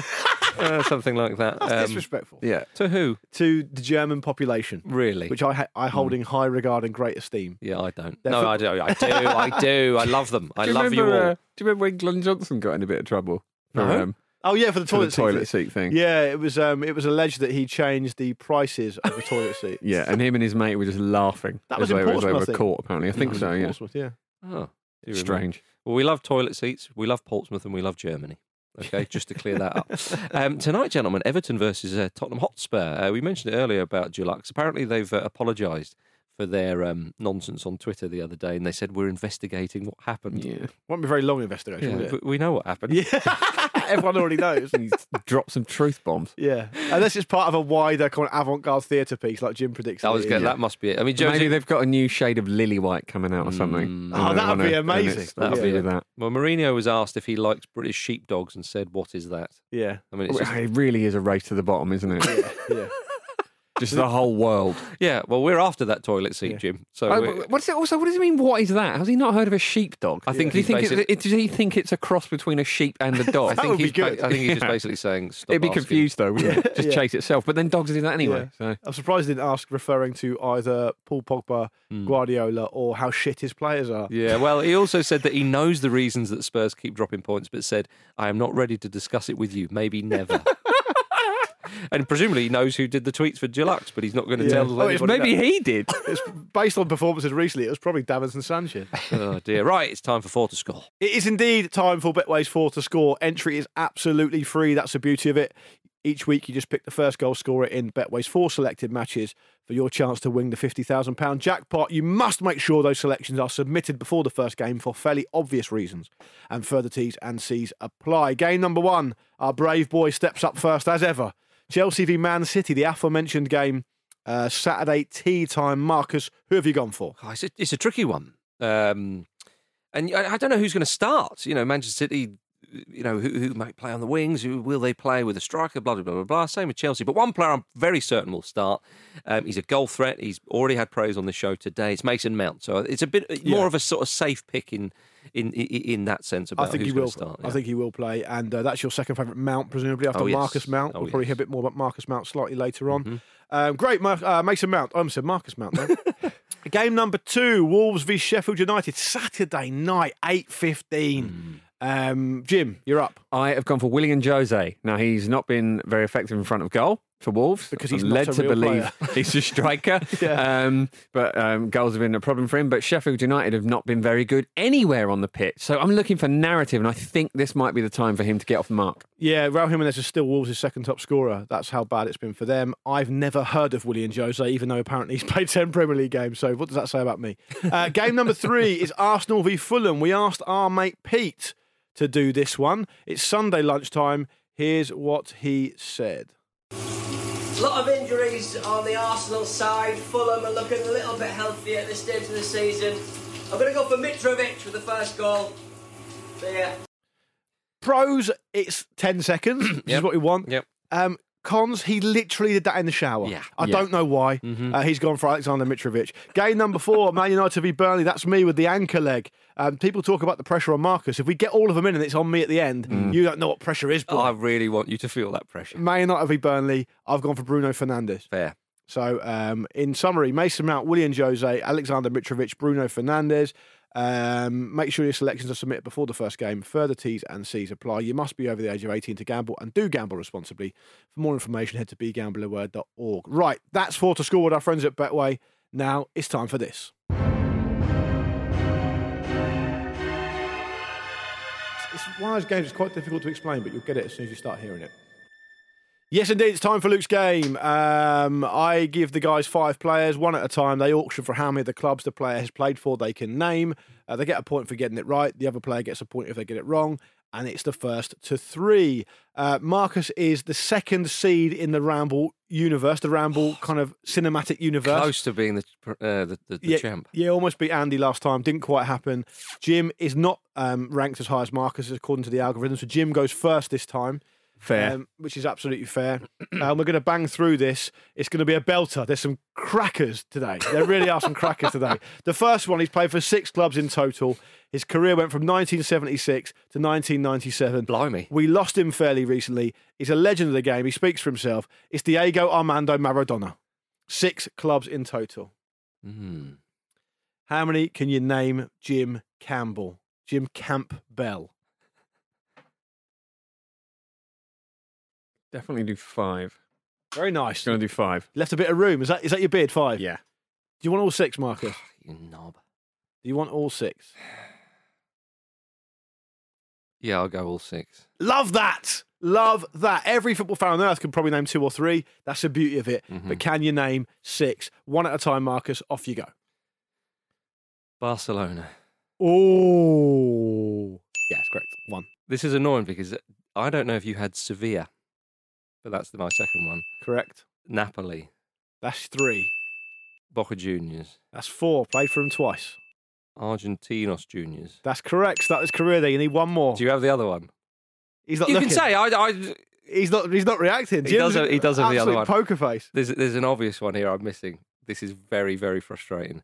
[SPEAKER 1] Uh, something like that.
[SPEAKER 2] That's
[SPEAKER 1] Um,
[SPEAKER 2] disrespectful
[SPEAKER 1] yeah. To who,
[SPEAKER 2] to the German population,
[SPEAKER 1] really? Mm.
[SPEAKER 2] which I ha- I hold in high regard and great esteem.
[SPEAKER 1] yeah, I don't.
[SPEAKER 2] They're
[SPEAKER 1] No,
[SPEAKER 2] fo-
[SPEAKER 1] I do. I do. I do. I love them. I
[SPEAKER 3] do
[SPEAKER 1] love
[SPEAKER 3] remember,
[SPEAKER 1] you all.
[SPEAKER 3] uh, do you remember when Glenn Johnson got in a bit of trouble? for,
[SPEAKER 1] No.
[SPEAKER 3] um,
[SPEAKER 2] Oh yeah, for the
[SPEAKER 3] for
[SPEAKER 2] toilet
[SPEAKER 3] the toilet
[SPEAKER 2] seat.
[SPEAKER 3] seat thing.
[SPEAKER 2] Yeah, it was um, it was alleged that he changed the prices of the toilet seat.
[SPEAKER 3] Yeah, and him and his mate were just laughing.
[SPEAKER 2] That was
[SPEAKER 3] as
[SPEAKER 2] in
[SPEAKER 3] they were- as they
[SPEAKER 2] Portsmouth, I
[SPEAKER 3] were
[SPEAKER 2] think.
[SPEAKER 3] caught, apparently. I think
[SPEAKER 2] That was
[SPEAKER 3] so,
[SPEAKER 2] in
[SPEAKER 3] yeah.
[SPEAKER 2] Portsmouth, yeah.
[SPEAKER 1] oh, do you remember?
[SPEAKER 3] Strange.
[SPEAKER 1] Well, we love toilet seats. We love Portsmouth and we love Germany. Okay, just to clear that up. Um, tonight, gentlemen, Everton versus uh, Tottenham Hotspur. Uh, we mentioned it earlier about Dulux. Apparently, they've uh, apologised for their um, nonsense on Twitter the other day and they said, We're investigating what happened.
[SPEAKER 3] Yeah.
[SPEAKER 2] Won't be a very long investigation,
[SPEAKER 1] We-
[SPEAKER 2] will it?
[SPEAKER 1] We know what happened.
[SPEAKER 2] Yeah, everyone already knows.
[SPEAKER 3] Drop some truth bombs.
[SPEAKER 2] Yeah, unless it's part of a wider kind of avant-garde theatre piece, like Jim predicts.
[SPEAKER 1] I was
[SPEAKER 2] it
[SPEAKER 1] going.
[SPEAKER 2] is.
[SPEAKER 1] That must be it. I mean,
[SPEAKER 3] Maybe
[SPEAKER 1] Josie,
[SPEAKER 3] they've got a new shade of lily white coming out or something.
[SPEAKER 2] Oh,
[SPEAKER 3] And they
[SPEAKER 2] that would
[SPEAKER 3] wanna-
[SPEAKER 2] be
[SPEAKER 3] and
[SPEAKER 2] amazing.
[SPEAKER 3] it's- That'd
[SPEAKER 2] Yeah.
[SPEAKER 3] be with that.
[SPEAKER 1] Well, Mourinho was asked if he likes British sheepdogs and said, "What is that?"
[SPEAKER 2] Yeah,
[SPEAKER 1] I mean, it's just,
[SPEAKER 3] It really is a race to the bottom, isn't it?
[SPEAKER 2] yeah.
[SPEAKER 3] just the whole world.
[SPEAKER 1] yeah. Well, we're after that toilet seat,
[SPEAKER 2] Yeah.
[SPEAKER 1] Jim. So
[SPEAKER 3] Oh,
[SPEAKER 1] we're-
[SPEAKER 3] but what's it also? What does it mean? What is that? Has he not heard of a sheepdog?
[SPEAKER 1] I think
[SPEAKER 3] Does he
[SPEAKER 1] he's
[SPEAKER 3] think
[SPEAKER 1] basic-
[SPEAKER 3] it, it- does he think it's a cross between a sheep and a dog?
[SPEAKER 1] I think
[SPEAKER 2] would be
[SPEAKER 1] he's. ba-
[SPEAKER 2] good.
[SPEAKER 1] I think he's just
[SPEAKER 3] Yeah.
[SPEAKER 1] basically saying, Stop
[SPEAKER 3] It'd be
[SPEAKER 1] asking."
[SPEAKER 3] confused though, wouldn't it? Just
[SPEAKER 2] Yeah.
[SPEAKER 3] chase itself. But then dogs do that anyway. So
[SPEAKER 2] I'm surprised he didn't ask referring to either Paul Pogba,
[SPEAKER 3] Hmm.
[SPEAKER 2] Guardiola, or how shit his players are.
[SPEAKER 1] Yeah. Well, he also said that he knows the reasons that Spurs keep dropping points, but said, "I am not ready to discuss it with you. Maybe never." and presumably he knows who did the tweets for Gilux, but he's not going to
[SPEAKER 2] Yeah.
[SPEAKER 1] tell
[SPEAKER 2] Oh, it's
[SPEAKER 1] anybody.
[SPEAKER 3] Maybe he did.
[SPEAKER 2] It's based on performances recently. It was probably Davinson Sanchez.
[SPEAKER 1] that. Oh dear. Right, it's time for four to score.
[SPEAKER 2] It is indeed time for Betway's four to score. Entry is absolutely free. That's the beauty of it. Each week, you just pick the first goal scorer in Betway's four selected matches for your chance to win the £50,000 jackpot. You must make sure those selections are submitted before the first game for fairly obvious reasons. And further T's and C's apply. Game number one, our brave boy steps up first as ever. Chelsea v Man City, the aforementioned game, uh, Saturday tea time. Marcus, who have you gone for?
[SPEAKER 1] Oh, it's, a, it's a tricky one. Um, and I, I don't know who's going to start. You know, Manchester City, you know, who, who might play on the wings? Who will they play with a striker? Blah, blah, blah, blah, blah. Same with Chelsea. But one player I'm very certain will start. Um, he's a goal threat. He's already had praise on the show today. It's Mason Mount. So it's a bit uh, more
[SPEAKER 2] Yeah.
[SPEAKER 1] of a sort of safe pick in in in, in that sense about
[SPEAKER 2] I think
[SPEAKER 1] who's
[SPEAKER 2] he
[SPEAKER 1] going
[SPEAKER 2] will.
[SPEAKER 1] to start.
[SPEAKER 2] I
[SPEAKER 1] yeah.
[SPEAKER 2] think he will play, and uh, that's your second favourite Mount, presumably after
[SPEAKER 1] Oh, yes.
[SPEAKER 2] Marcus Mount.
[SPEAKER 1] Oh,
[SPEAKER 2] we'll probably
[SPEAKER 1] yes. Mm-hmm.
[SPEAKER 2] hear a bit more about Marcus Mount slightly later on. Um, great, Mar- uh, Mason Mount. I almost said Marcus Mount. Then. Game number two: Wolves v Sheffield United, Saturday night, eight fifteen.
[SPEAKER 1] Mm.
[SPEAKER 2] Um, Jim, you're up
[SPEAKER 3] I have gone for William Jose. Now he's not been very effective in front of goal for Wolves
[SPEAKER 2] Because
[SPEAKER 3] I'm
[SPEAKER 2] he's not
[SPEAKER 3] led
[SPEAKER 2] a
[SPEAKER 3] to
[SPEAKER 2] real
[SPEAKER 3] believe he's a striker.
[SPEAKER 2] Yeah.
[SPEAKER 3] um, but um, goals have been a problem for him. But Sheffield United have not been very good anywhere on the pitch. So I'm looking for narrative, and I think this might be the time for him to get off the mark.
[SPEAKER 2] Yeah, Raul Jimenez is still Wolves' second top scorer. That's how bad it's been for them. I've never heard of William Jose, even though apparently he's played 10 Premier League games. So, what does that say about me? Uh, game number three is Arsenal v Fulham. We asked our mate Pete to do this one. It's Sunday lunchtime. Here's what he said.
[SPEAKER 6] lot of injuries on the Arsenal side. Fulham are looking a little bit healthier at this stage of the season. I'm going to go for Mitrovic with the first goal. So, yeah.
[SPEAKER 2] Pros, it's 10 seconds, which is
[SPEAKER 1] Yep.
[SPEAKER 2] what we want.
[SPEAKER 1] Yep.
[SPEAKER 2] Um, cons, he literally did that in the shower.
[SPEAKER 1] Yeah. Mm-hmm.
[SPEAKER 2] I
[SPEAKER 3] Yeah.
[SPEAKER 2] don't know why. Uh, he's gone for Alexander Mitrovic. Game number four, Man United v Burnley. That's me with the ankle leg. Um, people talk about the pressure on Marcus. If we get all of them in and it's on me at the end,
[SPEAKER 1] Mm.
[SPEAKER 2] you don't know what pressure is. But
[SPEAKER 1] I really want you to feel that pressure.
[SPEAKER 2] Man United v Burnley, I've gone for Bruno Fernandes.
[SPEAKER 1] Fair.
[SPEAKER 2] So, um, in summary, Mason Mount, William Jose, Alexander Mitrovic, Bruno Fernandes. Um, make sure your selections are submitted before the first game. Further T's and C's apply. You must be over the age of 18 to gamble and do gamble responsibly. For more information, head to begamblerword.org. Right, that's four to score with our friends at Betway. Now it's time for this. It's one of those games that's quite difficult to explain, but you'll get it as soon as you start hearing it. Yes, indeed. It's time for Luke's game. Um, I give the guys five players, one at a time. They auction for how many of the clubs the player has played for they can name. Uh, they get a point for getting it right. The other player gets a point if they get it wrong. And it's the first to three. Uh, Marcus is the second seed in the Ramble universe, the Ramble kind of cinematic universe.
[SPEAKER 1] Close to being the uh, the, the, the
[SPEAKER 2] yeah,
[SPEAKER 1] champ.
[SPEAKER 2] Yeah, almost beat Andy last time. Didn't quite happen. Jim is not um, ranked as high as Marcus according to the algorithm. So Jim goes first this time.
[SPEAKER 3] Fair.
[SPEAKER 2] Um, which is absolutely fair. um, we're going to bang through this. It's going to be a belter. There's some crackers today. There really are some crackers today. The first one, he's played for six clubs in total. His career went from 1976 to 1997.
[SPEAKER 1] Blimey.
[SPEAKER 2] We lost him fairly recently. He's a legend of the game. He speaks for himself. It's Diego Armando Maradona. Six clubs in total.
[SPEAKER 1] Mm.
[SPEAKER 2] How many can you name Jim Campbell? Jim Campbell.
[SPEAKER 3] Definitely do five.
[SPEAKER 2] Very nice.
[SPEAKER 3] Going to do five.
[SPEAKER 2] Left a bit of room. Is that is that your beard? Five.
[SPEAKER 3] Yeah.
[SPEAKER 2] Do you want all six, Marcus?
[SPEAKER 1] You knob.
[SPEAKER 2] Do you want all six?
[SPEAKER 1] Yeah, I'll go all six.
[SPEAKER 2] Love that. Love that. Every football fan on earth can probably name two or three. That's the beauty of it.
[SPEAKER 1] Mm-hmm.
[SPEAKER 2] But can you name six? One at a time, Marcus. Off you go.
[SPEAKER 1] Barcelona.
[SPEAKER 2] Oh. Yeah, that's correct. One.
[SPEAKER 1] This is annoying because I don't know if you had Sevilla, but that's my second one.
[SPEAKER 2] Correct.
[SPEAKER 1] Napoli,
[SPEAKER 2] That's three.
[SPEAKER 1] Boca Juniors,
[SPEAKER 2] That's four. Played for him twice.
[SPEAKER 1] Argentinos Juniors.
[SPEAKER 2] That's correct. Start his career there. You need one more.
[SPEAKER 1] Do you have the other one?
[SPEAKER 2] He's not
[SPEAKER 1] you
[SPEAKER 2] looking.
[SPEAKER 1] can say I. I
[SPEAKER 2] he's not. He's not reacting.
[SPEAKER 1] He does
[SPEAKER 2] Jim's
[SPEAKER 1] have- he does have the other
[SPEAKER 2] absolute
[SPEAKER 1] one.
[SPEAKER 2] Poker face.
[SPEAKER 1] there's there's an obvious one here I'm missing. This is very very frustrating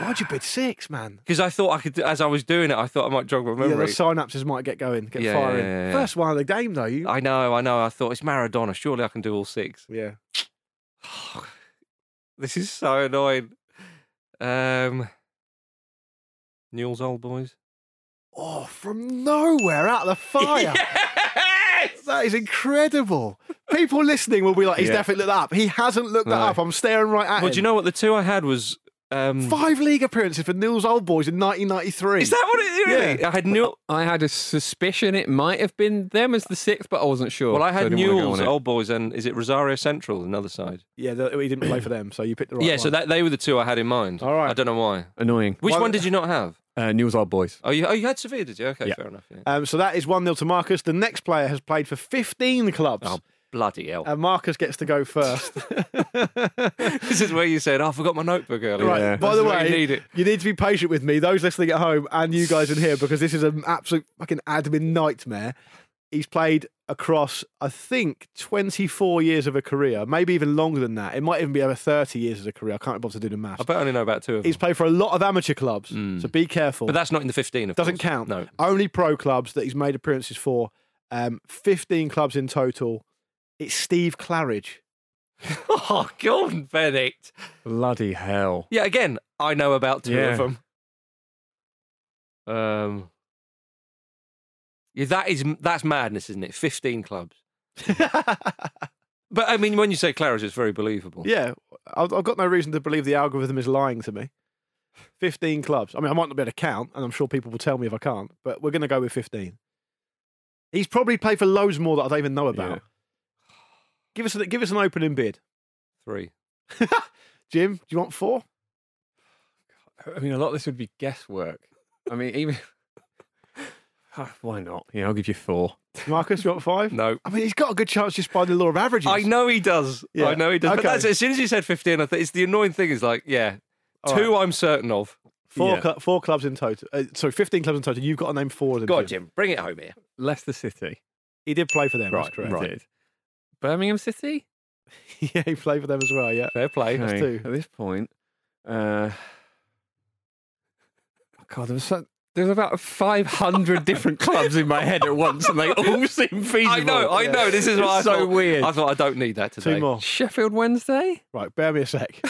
[SPEAKER 2] Why'd you bid six, man?
[SPEAKER 1] because I thought I could as I was doing it I thought I might jog my
[SPEAKER 2] Yeah, the
[SPEAKER 1] memory.
[SPEAKER 2] synapses might get going, get
[SPEAKER 1] Yeah, yeah,
[SPEAKER 2] firing.
[SPEAKER 1] yeah, yeah.
[SPEAKER 2] First one of the game, though. You.
[SPEAKER 1] I know I know I thought it's Maradona. Surely I can do all six.
[SPEAKER 2] Yeah.
[SPEAKER 1] This is so annoying. Um, Newell's old boys.
[SPEAKER 2] Oh, from nowhere, out of the fire.
[SPEAKER 1] Yes!
[SPEAKER 2] That is incredible. People listening will be like, he's
[SPEAKER 3] Yeah.
[SPEAKER 2] definitely looked that up. He hasn't looked that
[SPEAKER 3] No.
[SPEAKER 2] up. I'm staring right at
[SPEAKER 1] Well,
[SPEAKER 2] him.
[SPEAKER 1] do you know what? The two I had was. Um,
[SPEAKER 2] Five league appearances for Nils Old Boys in 1993.
[SPEAKER 1] is that what it really? I had Newell.
[SPEAKER 3] I had a suspicion it might have been them as the sixth, but I wasn't sure.
[SPEAKER 1] Well, I
[SPEAKER 3] so
[SPEAKER 1] had
[SPEAKER 3] didn't wanna go
[SPEAKER 1] Newell's
[SPEAKER 3] on it.
[SPEAKER 1] Old Boys and is it Rosario Central, another side?
[SPEAKER 2] Yeah, th- he didn't play for them, so you picked the right
[SPEAKER 1] yeah,
[SPEAKER 2] one.
[SPEAKER 1] so that they were the two I had in mind.
[SPEAKER 2] All right.
[SPEAKER 1] I don't know why.
[SPEAKER 3] Annoying.
[SPEAKER 1] Which
[SPEAKER 2] Well,
[SPEAKER 1] one did you not have?
[SPEAKER 3] Uh, Newell's Old Boys.
[SPEAKER 1] Oh, you, oh, you had Sevilla, did you? Okay,
[SPEAKER 3] Yeah.
[SPEAKER 1] fair enough. yeah.
[SPEAKER 2] Um, so that is 1 0 to Marcus. The next player has played for 15 clubs.
[SPEAKER 1] Oh, bloody hell.
[SPEAKER 2] And Marcus gets to go first.
[SPEAKER 1] this is where you said, oh, I forgot my notebook earlier.
[SPEAKER 2] Right. By the
[SPEAKER 1] This is where
[SPEAKER 2] way,
[SPEAKER 1] you need it.
[SPEAKER 2] you need to be patient with me, those listening at home, and you guys in here, because this is an absolute fucking admin nightmare. He's played across, I think, 24 years of a career, maybe even longer than that. It might even be over 30 years of a career. I can't bother to do the math.
[SPEAKER 1] I bet I only know about two of them.
[SPEAKER 2] He's played for a lot of amateur clubs, so be careful.
[SPEAKER 1] But that's not in the 15, of
[SPEAKER 2] Doesn't
[SPEAKER 1] course.
[SPEAKER 2] count.
[SPEAKER 1] No.
[SPEAKER 2] Only pro clubs that he's made appearances for. Um, 15 clubs in total. It's Steve Claridge.
[SPEAKER 1] Oh, Gordon Bennett.
[SPEAKER 3] Bloody hell.
[SPEAKER 1] Yeah, again, I know about two
[SPEAKER 3] Yeah.
[SPEAKER 1] of them. Um, yeah, that is that's madness, isn't it? Fifteen clubs. But I mean, when you say Claridge, it's very believable.
[SPEAKER 2] Yeah, I've, I've got no reason to believe the algorithm is lying to me. 15 clubs. I mean, I might not be able to count, and I'm sure people will tell me if I can't, but we're going to go with 15. He's probably played for loads more that I don't even know about.
[SPEAKER 3] Yeah.
[SPEAKER 2] Give, us a, give us an opening bid.
[SPEAKER 1] Three.
[SPEAKER 2] Jim, do you want four?
[SPEAKER 3] I mean, a lot of this would be guesswork. I mean, even. Ah, Why not? Yeah, I'll give you four.
[SPEAKER 2] Marcus, you want five?
[SPEAKER 1] No.
[SPEAKER 2] I mean, he's got a good chance just by the law of averages.
[SPEAKER 1] I know he does.
[SPEAKER 2] Yeah.
[SPEAKER 1] I know he does. But
[SPEAKER 2] Okay.
[SPEAKER 1] that's, as soon as you said fifteen, I think it's the annoying thing is like, yeah,
[SPEAKER 2] All
[SPEAKER 1] two I'm certain of.
[SPEAKER 2] Four,
[SPEAKER 3] Yeah.
[SPEAKER 2] cl- four clubs in total. Uh, sorry, 15 clubs in total. You've got to name four of them.
[SPEAKER 1] Go on, Jim, bring it home here.
[SPEAKER 3] Leicester City.
[SPEAKER 2] He did play for them,
[SPEAKER 3] Right,
[SPEAKER 2] that's correct.
[SPEAKER 3] right. Birmingham City?
[SPEAKER 2] yeah, he played for them as well, yeah.
[SPEAKER 1] Fair play.
[SPEAKER 2] That's
[SPEAKER 3] Okay,
[SPEAKER 2] two.
[SPEAKER 3] At this point, uh, Oh, God, there was so, there's about 500 different clubs in my head at once, and they all seem feasible.
[SPEAKER 1] I know, I know. This is
[SPEAKER 3] It's
[SPEAKER 1] why I
[SPEAKER 3] so
[SPEAKER 1] thought,
[SPEAKER 3] weird.
[SPEAKER 1] I thought I don't need that today.
[SPEAKER 2] Two more.
[SPEAKER 3] Sheffield Wednesday.
[SPEAKER 2] Right, bear me a sec.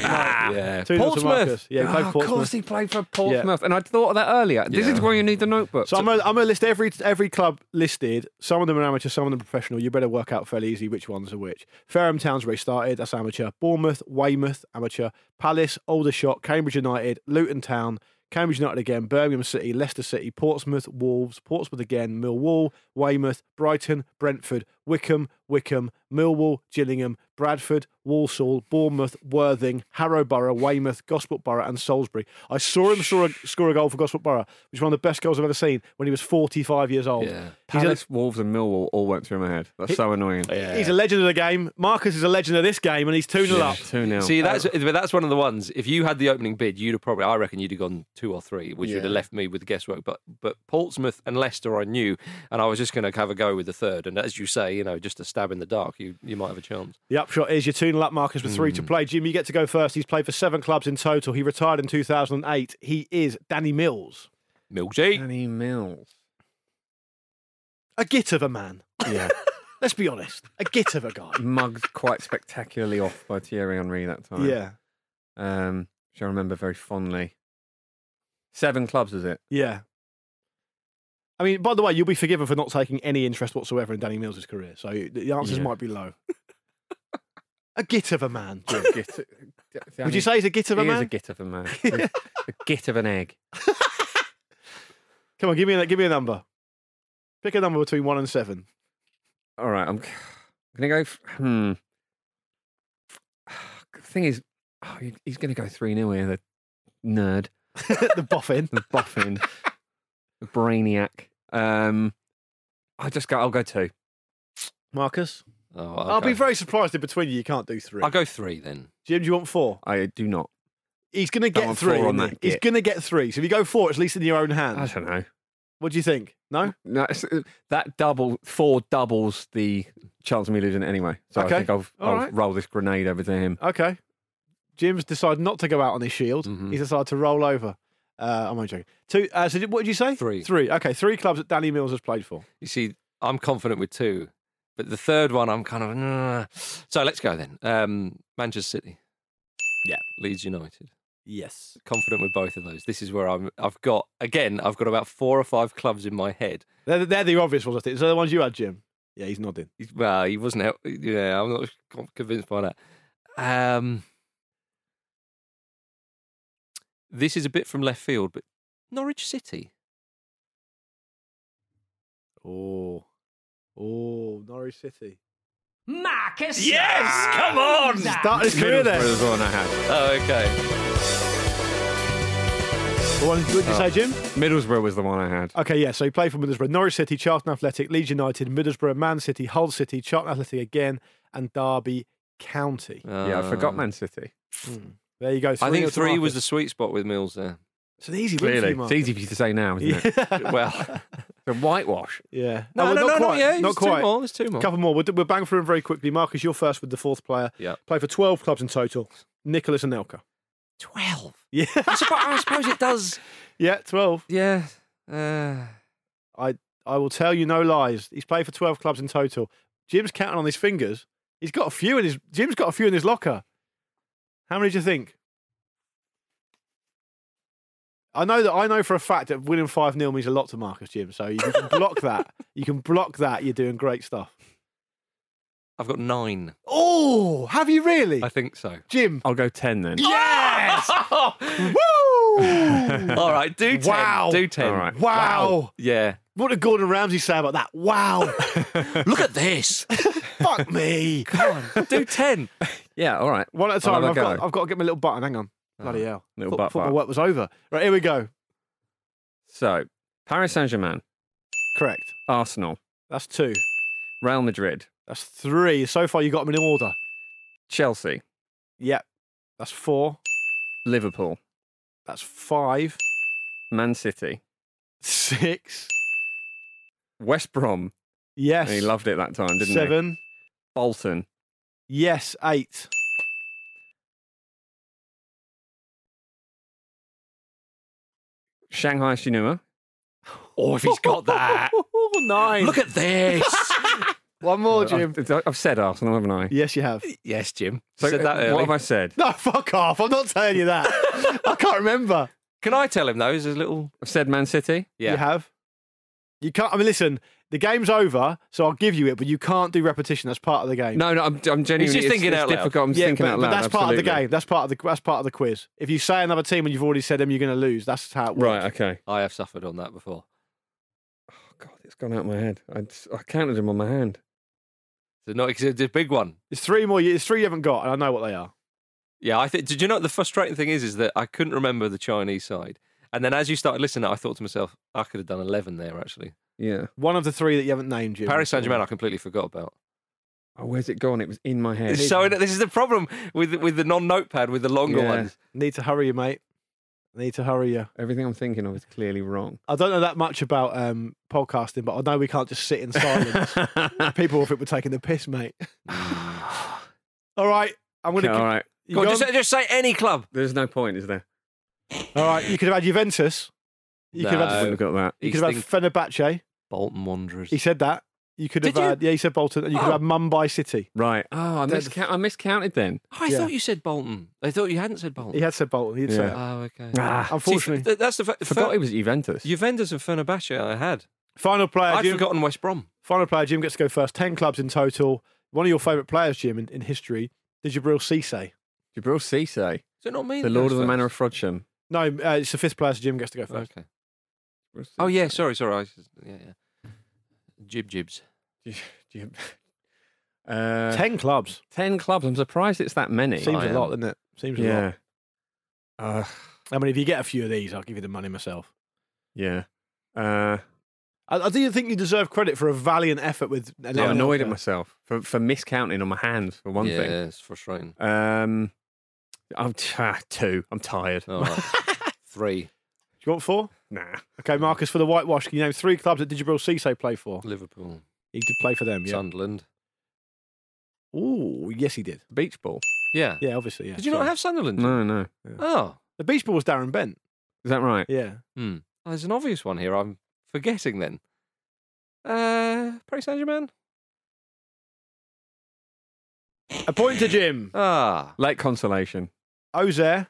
[SPEAKER 1] Yeah.
[SPEAKER 2] Ah. Two nil to Marcus.
[SPEAKER 3] Portsmouth.
[SPEAKER 2] Yeah, he played
[SPEAKER 3] Ah, Of
[SPEAKER 2] Portsmouth.
[SPEAKER 3] course, he played for Portsmouth, and I'd thought of that earlier. This is
[SPEAKER 1] Yeah.
[SPEAKER 3] where you need the notebook.
[SPEAKER 2] So I'm gonna, I'm gonna list every every club listed. Some of them are amateur, some of them are professional. You better work out fairly easy which ones are which. Fareham Town's where he started. That's amateur. Bournemouth, Weymouth, amateur. Palace, Aldershot, Cambridge United, Luton Town, Cambridge United again, Birmingham City, Leicester City, Portsmouth, Wolves, Portsmouth again, Millwall, Weymouth, Brighton, Brentford, Wickham, Wickham, Millwall, Gillingham, Bradford, Walsall, Bournemouth, Worthing, Harrow Borough, Weymouth, Gosport Borough, and Salisbury. I saw him score a, score a goal for Gosport Borough, which is one of the best goals I've ever seen when he was 45 years old.
[SPEAKER 1] Yeah.
[SPEAKER 2] He's, a,
[SPEAKER 3] Palace, Wolves, and Millwall all went through my head. That's
[SPEAKER 2] He-
[SPEAKER 3] so annoying.
[SPEAKER 1] Yeah.
[SPEAKER 2] he's a legend of the game. Marcus is a legend of this game, and he's 2 0 up.
[SPEAKER 3] Two 0
[SPEAKER 1] See, that's
[SPEAKER 2] um,
[SPEAKER 1] but that's one of the ones. If you had the opening bid, you'd have probably, I reckon, you'd have gone two or three, which would have
[SPEAKER 3] Yeah.
[SPEAKER 1] left me with guesswork. But but Portsmouth and Leicester, I knew, and I was just going to have a go with the third. And as you say, you know, just a stab in the dark, you you might have a chance.
[SPEAKER 2] The upshot is you're 2 0 up, Marcus, with three to play. Jim, you get to go first. He's played for seven clubs in total. He retired in 2008. He is Danny Mills,
[SPEAKER 1] Milky.
[SPEAKER 3] Danny Mills.
[SPEAKER 2] a git of a man.
[SPEAKER 3] Yeah,
[SPEAKER 2] Let's be honest, a git of a guy.
[SPEAKER 3] mugged quite spectacularly off by Thierry Henry that time.
[SPEAKER 2] yeah,
[SPEAKER 3] um, which I remember very fondly. Seven clubs, was it?
[SPEAKER 2] yeah. I mean, by the way, you'll be forgiven for not taking any interest whatsoever in Danny Mills' career, so the the answers
[SPEAKER 3] Yeah.
[SPEAKER 2] might be low. a git of a man. Jim.
[SPEAKER 3] Git-
[SPEAKER 2] Would you say he's a git of a
[SPEAKER 3] he is
[SPEAKER 2] man?
[SPEAKER 3] a git of a man? a git of an egg.
[SPEAKER 2] Come on, give me a, give me a number. Pick a number between one and seven.
[SPEAKER 3] All right, I'm, I'm going to go. f- Hmm. The thing is, oh, he- he's going to go 3 0 here, the nerd,
[SPEAKER 2] the boffin.
[SPEAKER 3] the boffin, the brainiac. Um, I just go, I'll go two.
[SPEAKER 2] Marcus?
[SPEAKER 1] Oh,
[SPEAKER 2] I'll be
[SPEAKER 1] okay.
[SPEAKER 2] very surprised if between you you can't do three.
[SPEAKER 1] I'll go three then.
[SPEAKER 2] Jim, do you want four?
[SPEAKER 3] I do not.
[SPEAKER 2] He's going to
[SPEAKER 3] Don't
[SPEAKER 2] get
[SPEAKER 3] want
[SPEAKER 2] three.
[SPEAKER 3] four on
[SPEAKER 2] isn't
[SPEAKER 3] that
[SPEAKER 2] he? He's
[SPEAKER 3] git.
[SPEAKER 2] going to get three. So if you go four, it's at least in your own
[SPEAKER 3] I
[SPEAKER 2] hands.
[SPEAKER 3] don't know.
[SPEAKER 2] What do you think? No?
[SPEAKER 3] No, it's, uh, that double four doubles the chance of me losing it anyway. So
[SPEAKER 2] Okay.
[SPEAKER 3] I think I'll,
[SPEAKER 2] All
[SPEAKER 3] I'll
[SPEAKER 2] right.
[SPEAKER 3] roll this grenade over to him.
[SPEAKER 2] Okay. Jim's decided not to go out on his shield.
[SPEAKER 3] Mm-hmm.
[SPEAKER 1] Mhm.
[SPEAKER 2] He's decided to roll over. Uh, I'm only joking. Two. Uh, so did- what did you say?
[SPEAKER 1] Three.
[SPEAKER 2] Three. Okay. Three clubs that Danny Mills has played for.
[SPEAKER 1] You see, I'm confident with two, but the third one, I'm kind of. "Nah." So let's go then. Um, Manchester City.
[SPEAKER 2] Yeah.
[SPEAKER 1] Leeds United.
[SPEAKER 2] Yes.
[SPEAKER 1] Confident with both of those. This is where I'm. I've got again. I've got about four or five clubs in my head.
[SPEAKER 2] They're, they're the obvious ones, I think. So the ones you had, Jim. Yeah, he's nodding.
[SPEAKER 1] He's- Well, he wasn't. help- Yeah, I'm not con- convinced by that. Um, this is a bit from left field, but Norwich City.
[SPEAKER 2] Oh. Oh, Norwich City.
[SPEAKER 7] Marcus.
[SPEAKER 1] Yes, come on.
[SPEAKER 2] Start his career there.
[SPEAKER 3] Middlesbrough one I had.
[SPEAKER 1] Oh, okay.
[SPEAKER 2] What did you
[SPEAKER 3] Oh.
[SPEAKER 2] say, Jim?
[SPEAKER 3] Middlesbrough was the one I had.
[SPEAKER 2] Okay, yeah. So he played for Middlesbrough, Norwich City, Charlton Athletic, Leeds United, Middlesbrough, Man City, Hull City, Charlton Athletic again, and Derby County.
[SPEAKER 3] yeah, I forgot
[SPEAKER 1] Uh,
[SPEAKER 3] Man City.
[SPEAKER 2] There you go.
[SPEAKER 1] I think
[SPEAKER 2] nil to
[SPEAKER 1] three was the
[SPEAKER 2] Marcus.
[SPEAKER 1] sweet spot with Mills there.
[SPEAKER 2] It's an easy win for
[SPEAKER 3] Clearly,
[SPEAKER 2] you,
[SPEAKER 3] it's
[SPEAKER 2] Mark.
[SPEAKER 3] easy for you to say now, isn't it?
[SPEAKER 2] Yeah.
[SPEAKER 1] Well, oh,
[SPEAKER 3] The whitewash.
[SPEAKER 2] yeah. Oh,
[SPEAKER 1] no,
[SPEAKER 2] well,
[SPEAKER 1] no, no,
[SPEAKER 2] not
[SPEAKER 1] no,
[SPEAKER 2] quite.
[SPEAKER 1] yeah, there's
[SPEAKER 2] not
[SPEAKER 1] two
[SPEAKER 2] quite.
[SPEAKER 1] more. There's two
[SPEAKER 2] A
[SPEAKER 1] more.
[SPEAKER 2] couple more. We'll, do- we'll bang through them very quickly. Marcus, you're first with the fourth player.
[SPEAKER 1] Yeah.
[SPEAKER 2] Play for 12 clubs in total. Nicholas and Elka.
[SPEAKER 1] Twelve.
[SPEAKER 2] Yeah.
[SPEAKER 1] I suppo- I suppose it does.
[SPEAKER 2] yeah, 12.
[SPEAKER 1] Yeah. Uh,
[SPEAKER 2] I will tell you no lies. He's played for 12 clubs in total. Jim's counting on his fingers. He's got a few in his Jim's got a few in his locker. How many do you think? I know that I know for a fact that winning 5 0 means a lot to Marcus Jim, so you can block that. You can block that. You're doing great stuff.
[SPEAKER 1] I've got nine.
[SPEAKER 2] Oh, have you really?
[SPEAKER 1] I think so.
[SPEAKER 2] Jim.
[SPEAKER 3] I'll go ten then.
[SPEAKER 1] Yes.
[SPEAKER 2] Woo!
[SPEAKER 1] All right. Do ten.
[SPEAKER 2] Wow.
[SPEAKER 1] Do ten.
[SPEAKER 3] All right.
[SPEAKER 2] Wow.
[SPEAKER 1] Yeah.
[SPEAKER 2] What did Gordon Ramsay say about that? Wow.
[SPEAKER 1] Look at this.
[SPEAKER 2] Fuck me.
[SPEAKER 1] Come on. Do ten.
[SPEAKER 3] Yeah, all right.
[SPEAKER 2] One at a
[SPEAKER 3] I'll
[SPEAKER 2] time.
[SPEAKER 3] have a
[SPEAKER 2] I've got,
[SPEAKER 3] go.
[SPEAKER 2] I've got to get my little button. Hang on. Bloody hell.
[SPEAKER 3] Uh, Little
[SPEAKER 2] Thought-
[SPEAKER 3] butt
[SPEAKER 2] thought my
[SPEAKER 3] butt.
[SPEAKER 2] work was over. Right, here we go.
[SPEAKER 3] So, Paris Saint Germain,
[SPEAKER 2] Correct.
[SPEAKER 3] Arsenal,
[SPEAKER 2] That's two.
[SPEAKER 3] Real Madrid,
[SPEAKER 2] That's three. So far, you got them in order.
[SPEAKER 3] Chelsea,
[SPEAKER 2] Yep. That's four.
[SPEAKER 3] Liverpool,
[SPEAKER 2] That's five.
[SPEAKER 3] Man City,
[SPEAKER 2] Six.
[SPEAKER 3] West Brom.
[SPEAKER 2] Yes.
[SPEAKER 3] And he loved it that time, didn't he?
[SPEAKER 2] Seven.
[SPEAKER 3] Bolton,
[SPEAKER 2] Yes. Eight.
[SPEAKER 3] Shanghai Shinua,
[SPEAKER 1] Oh, if he's got that.
[SPEAKER 2] Nine.
[SPEAKER 1] Look at this.
[SPEAKER 2] One more, Jim.
[SPEAKER 3] I've, I've said Arsenal, haven't I?
[SPEAKER 2] Yes, you have.
[SPEAKER 1] yes, Jim.
[SPEAKER 3] So
[SPEAKER 1] Said that
[SPEAKER 3] uh,
[SPEAKER 1] early.
[SPEAKER 3] what have I said?
[SPEAKER 2] No, fuck off. I'm not telling you that. I can't remember.
[SPEAKER 1] Can I tell him though? Is a little.
[SPEAKER 3] I've said Man City.
[SPEAKER 1] Yeah.
[SPEAKER 2] You have. You can't. I mean, listen. The game's over, so I'll give you it, but you can't do repetition. That's part of the game.
[SPEAKER 3] No, no, I'm, I'm genuinely.
[SPEAKER 1] He's just
[SPEAKER 3] it's-
[SPEAKER 1] thinking
[SPEAKER 3] it's
[SPEAKER 1] out loud.
[SPEAKER 3] difficult. I'm just
[SPEAKER 2] yeah,
[SPEAKER 3] thinking
[SPEAKER 2] but,
[SPEAKER 3] out
[SPEAKER 2] but
[SPEAKER 3] loud.
[SPEAKER 2] that's part of the
[SPEAKER 3] absolutely.
[SPEAKER 2] game. That's part of the that's part of the quiz. If you say another team and you've already said them, you're going to lose. That's how it works.
[SPEAKER 3] Right. Okay.
[SPEAKER 1] I have suffered on that before.
[SPEAKER 3] Oh, God, it's gone out of my head. I, just- I counted them on my hand.
[SPEAKER 1] So not it's a big one.
[SPEAKER 2] It's three more. It's three you haven't got, and I know what they are.
[SPEAKER 1] Yeah, I think. Did you know what the frustrating thing is? Is that I couldn't remember the Chinese side, and then as you started listening, I thought to myself, I could have done eleven there actually.
[SPEAKER 3] Yeah.
[SPEAKER 2] One of the three that you haven't named, Jim.
[SPEAKER 1] Paris Saint Germain, I completely forgot about.
[SPEAKER 3] Oh, where's it gone? It was in my head.
[SPEAKER 1] So this is the problem with with the non-notepad with the longer
[SPEAKER 3] Yeah.
[SPEAKER 1] ones.
[SPEAKER 2] Need to hurry you, mate. Need to hurry you.
[SPEAKER 3] Everything I'm thinking of is clearly wrong.
[SPEAKER 2] I don't know that much about um, podcasting, but I know we can't just sit in silence. People will think we're taking the piss, mate. All right, I'm going to.
[SPEAKER 3] all right.
[SPEAKER 2] You
[SPEAKER 1] Go on,
[SPEAKER 2] gone?
[SPEAKER 1] just, just say any club.
[SPEAKER 3] There's no point, is there?
[SPEAKER 2] All right, you could have had Juventus. You could have
[SPEAKER 1] No.
[SPEAKER 2] had.
[SPEAKER 3] Wouldn't have got that.
[SPEAKER 2] You
[SPEAKER 1] He's
[SPEAKER 2] could have had
[SPEAKER 1] thinking
[SPEAKER 2] Fenerbahce.
[SPEAKER 1] Bolton Wanderers.
[SPEAKER 2] He said that. You could have
[SPEAKER 1] Did you?
[SPEAKER 2] had. Yeah, he said Bolton, and you could have had Mumbai City.
[SPEAKER 3] Right. Oh, I,
[SPEAKER 2] Dead.
[SPEAKER 3] miscount- I miscounted then.
[SPEAKER 1] Oh, I
[SPEAKER 2] Yeah.
[SPEAKER 1] thought you said Bolton. I thought you hadn't said Bolton.
[SPEAKER 2] He had said Bolton. He'd say
[SPEAKER 3] Yeah.
[SPEAKER 2] that.
[SPEAKER 1] Oh, okay.
[SPEAKER 3] Ah,
[SPEAKER 1] See,
[SPEAKER 2] Unfortunately,
[SPEAKER 1] th- that's the fact.
[SPEAKER 3] forgot it was Juventus.
[SPEAKER 1] Juventus and Fenerbahce. I had.
[SPEAKER 2] final player.
[SPEAKER 1] I'd
[SPEAKER 2] Jim,
[SPEAKER 1] forgotten West Brom.
[SPEAKER 2] Final player. Jim gets to go first. Ten clubs in total. One of your favourite players, Jim, in, in history, did Jabril Cisse.
[SPEAKER 3] Jabril Cisse,
[SPEAKER 1] Is it not me?
[SPEAKER 3] the
[SPEAKER 1] that
[SPEAKER 3] Lord
[SPEAKER 1] goes
[SPEAKER 3] of the Manor of
[SPEAKER 1] first?
[SPEAKER 3] Frodsham.
[SPEAKER 2] No, uh, it's the fifth player, so Jim gets to go first.
[SPEAKER 1] Okay. Oh yeah. Sorry. Sorry. I, was- yeah. Yeah. Jib jibs.
[SPEAKER 3] Jib- Uh, ten,
[SPEAKER 2] Ten clubs
[SPEAKER 3] clubs. I'm surprised it's that many.
[SPEAKER 2] seems
[SPEAKER 1] I
[SPEAKER 2] a
[SPEAKER 1] am.
[SPEAKER 2] lot, doesn't it? Seems a lot.
[SPEAKER 3] yeah. Uh,
[SPEAKER 2] I mean, if you get a few of these, I'll give you the money myself.
[SPEAKER 3] yeah. Uh,
[SPEAKER 2] I, I do think you deserve credit for a valiant effort with.
[SPEAKER 3] I'm annoyed at myself for, for miscounting on my hands, for one
[SPEAKER 1] yeah,
[SPEAKER 3] thing.
[SPEAKER 1] it's frustrating.
[SPEAKER 3] Um, I'm t- ah, two. I'm tired.
[SPEAKER 2] Oh.
[SPEAKER 1] All right. Three.
[SPEAKER 2] Do you want four?
[SPEAKER 3] Nah.
[SPEAKER 2] Okay, Marcus, for the whitewash, can you name three clubs that did Jabril Cisse play for?
[SPEAKER 1] Mm. Liverpool.
[SPEAKER 2] He did play for them, yeah.
[SPEAKER 1] Sunderland.
[SPEAKER 2] Ooh, yes, he did.
[SPEAKER 3] Beach ball.
[SPEAKER 1] Yeah.
[SPEAKER 2] Yeah, obviously, yeah.
[SPEAKER 1] Did you not
[SPEAKER 2] sorry.
[SPEAKER 1] have Sunderland?
[SPEAKER 3] No, no. Is
[SPEAKER 1] Oh.
[SPEAKER 2] The Beach Ball was Darren Bent.
[SPEAKER 3] that right?
[SPEAKER 2] Yeah.
[SPEAKER 1] Hmm. Oh, there's an obvious one here. I'm forgetting then. Uh, Paris Saint Germain.
[SPEAKER 2] A point to Jim.
[SPEAKER 1] Ah.
[SPEAKER 3] Late consolation.
[SPEAKER 2] Ozair,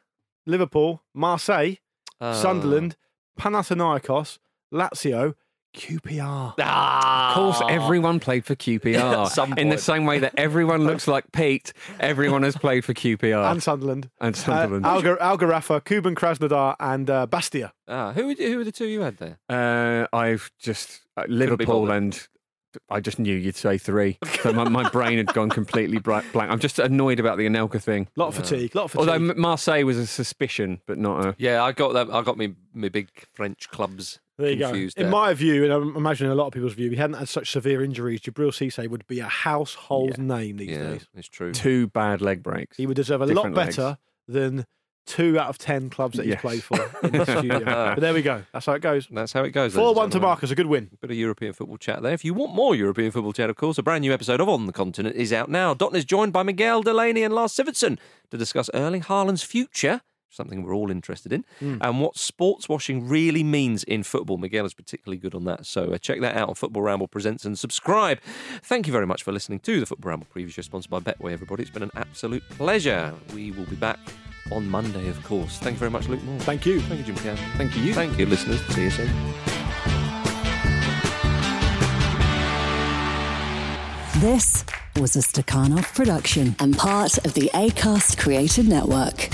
[SPEAKER 2] Liverpool, Marseille,
[SPEAKER 1] Uh,
[SPEAKER 2] Sunderland, Panathinaikos, Lazio, QPR.
[SPEAKER 1] Ah,
[SPEAKER 3] Of course, everyone played for QPR.
[SPEAKER 1] some
[SPEAKER 3] In the
[SPEAKER 1] point.
[SPEAKER 3] same way that everyone looks like Pete, everyone has played for
[SPEAKER 1] Ah.
[SPEAKER 3] QPR
[SPEAKER 2] And Sunderland.
[SPEAKER 3] and
[SPEAKER 2] Uh,
[SPEAKER 3] Sunderland.
[SPEAKER 2] Algar- Algarafa, Kuban Krasnodar, and uh, Bastia.
[SPEAKER 1] Ah, who, were- who were the two you had there?
[SPEAKER 3] Uh, I've just uh, Liverpool
[SPEAKER 1] bothered.
[SPEAKER 3] and I just knew you'd say three, so my, my brain had gone completely bri- blank. I'm just annoyed about the Anelka thing.
[SPEAKER 2] Lot of fatigue. Lot of fatigue.
[SPEAKER 3] Although M- Marseille was a suspicion, but not a.
[SPEAKER 1] Yeah, I got that. I got me my big French clubs
[SPEAKER 2] there you
[SPEAKER 1] confused.
[SPEAKER 2] go. In
[SPEAKER 1] there.
[SPEAKER 2] my view, and I'm imagining a lot of people's view, if he hadn't had such severe injuries, Jabril Cisse would be a household name these
[SPEAKER 1] yeah,
[SPEAKER 2] days.
[SPEAKER 1] it's true.
[SPEAKER 3] Two bad leg breaks.
[SPEAKER 2] He would deserve a lot
[SPEAKER 3] Different legs.
[SPEAKER 2] better than two out of ten clubs that he's
[SPEAKER 3] Yes.
[SPEAKER 2] played for in the studio. But there we go. That's how it goes.
[SPEAKER 1] That's how it goes. ladies and
[SPEAKER 2] 4 1 to
[SPEAKER 1] gentlemen.
[SPEAKER 2] Marcus, a good win.
[SPEAKER 1] Bit of European football chat there. If you want more European football chat, of course, a brand new episode of On the Continent is out now. Dotton is joined by Miguel Delaney and Lars Sivertson to discuss Erling Haaland's future, something we're all interested in, and what sports washing really means in football. Miguel is particularly good on that, so uh, check that out on Football Ramble Presents and subscribe. Thank you very much for listening to the Football Ramble preview show sponsored by Betway, everybody. It's been an absolute pleasure. We will be back on Monday, of course. Thank you very much, Luke Moore.
[SPEAKER 2] Thank you.
[SPEAKER 1] Thank you, Jim Cam. Thank you. Thank you, listeners. See you soon.
[SPEAKER 7] This was a Stakhanov production and part of the Acast Creative Network.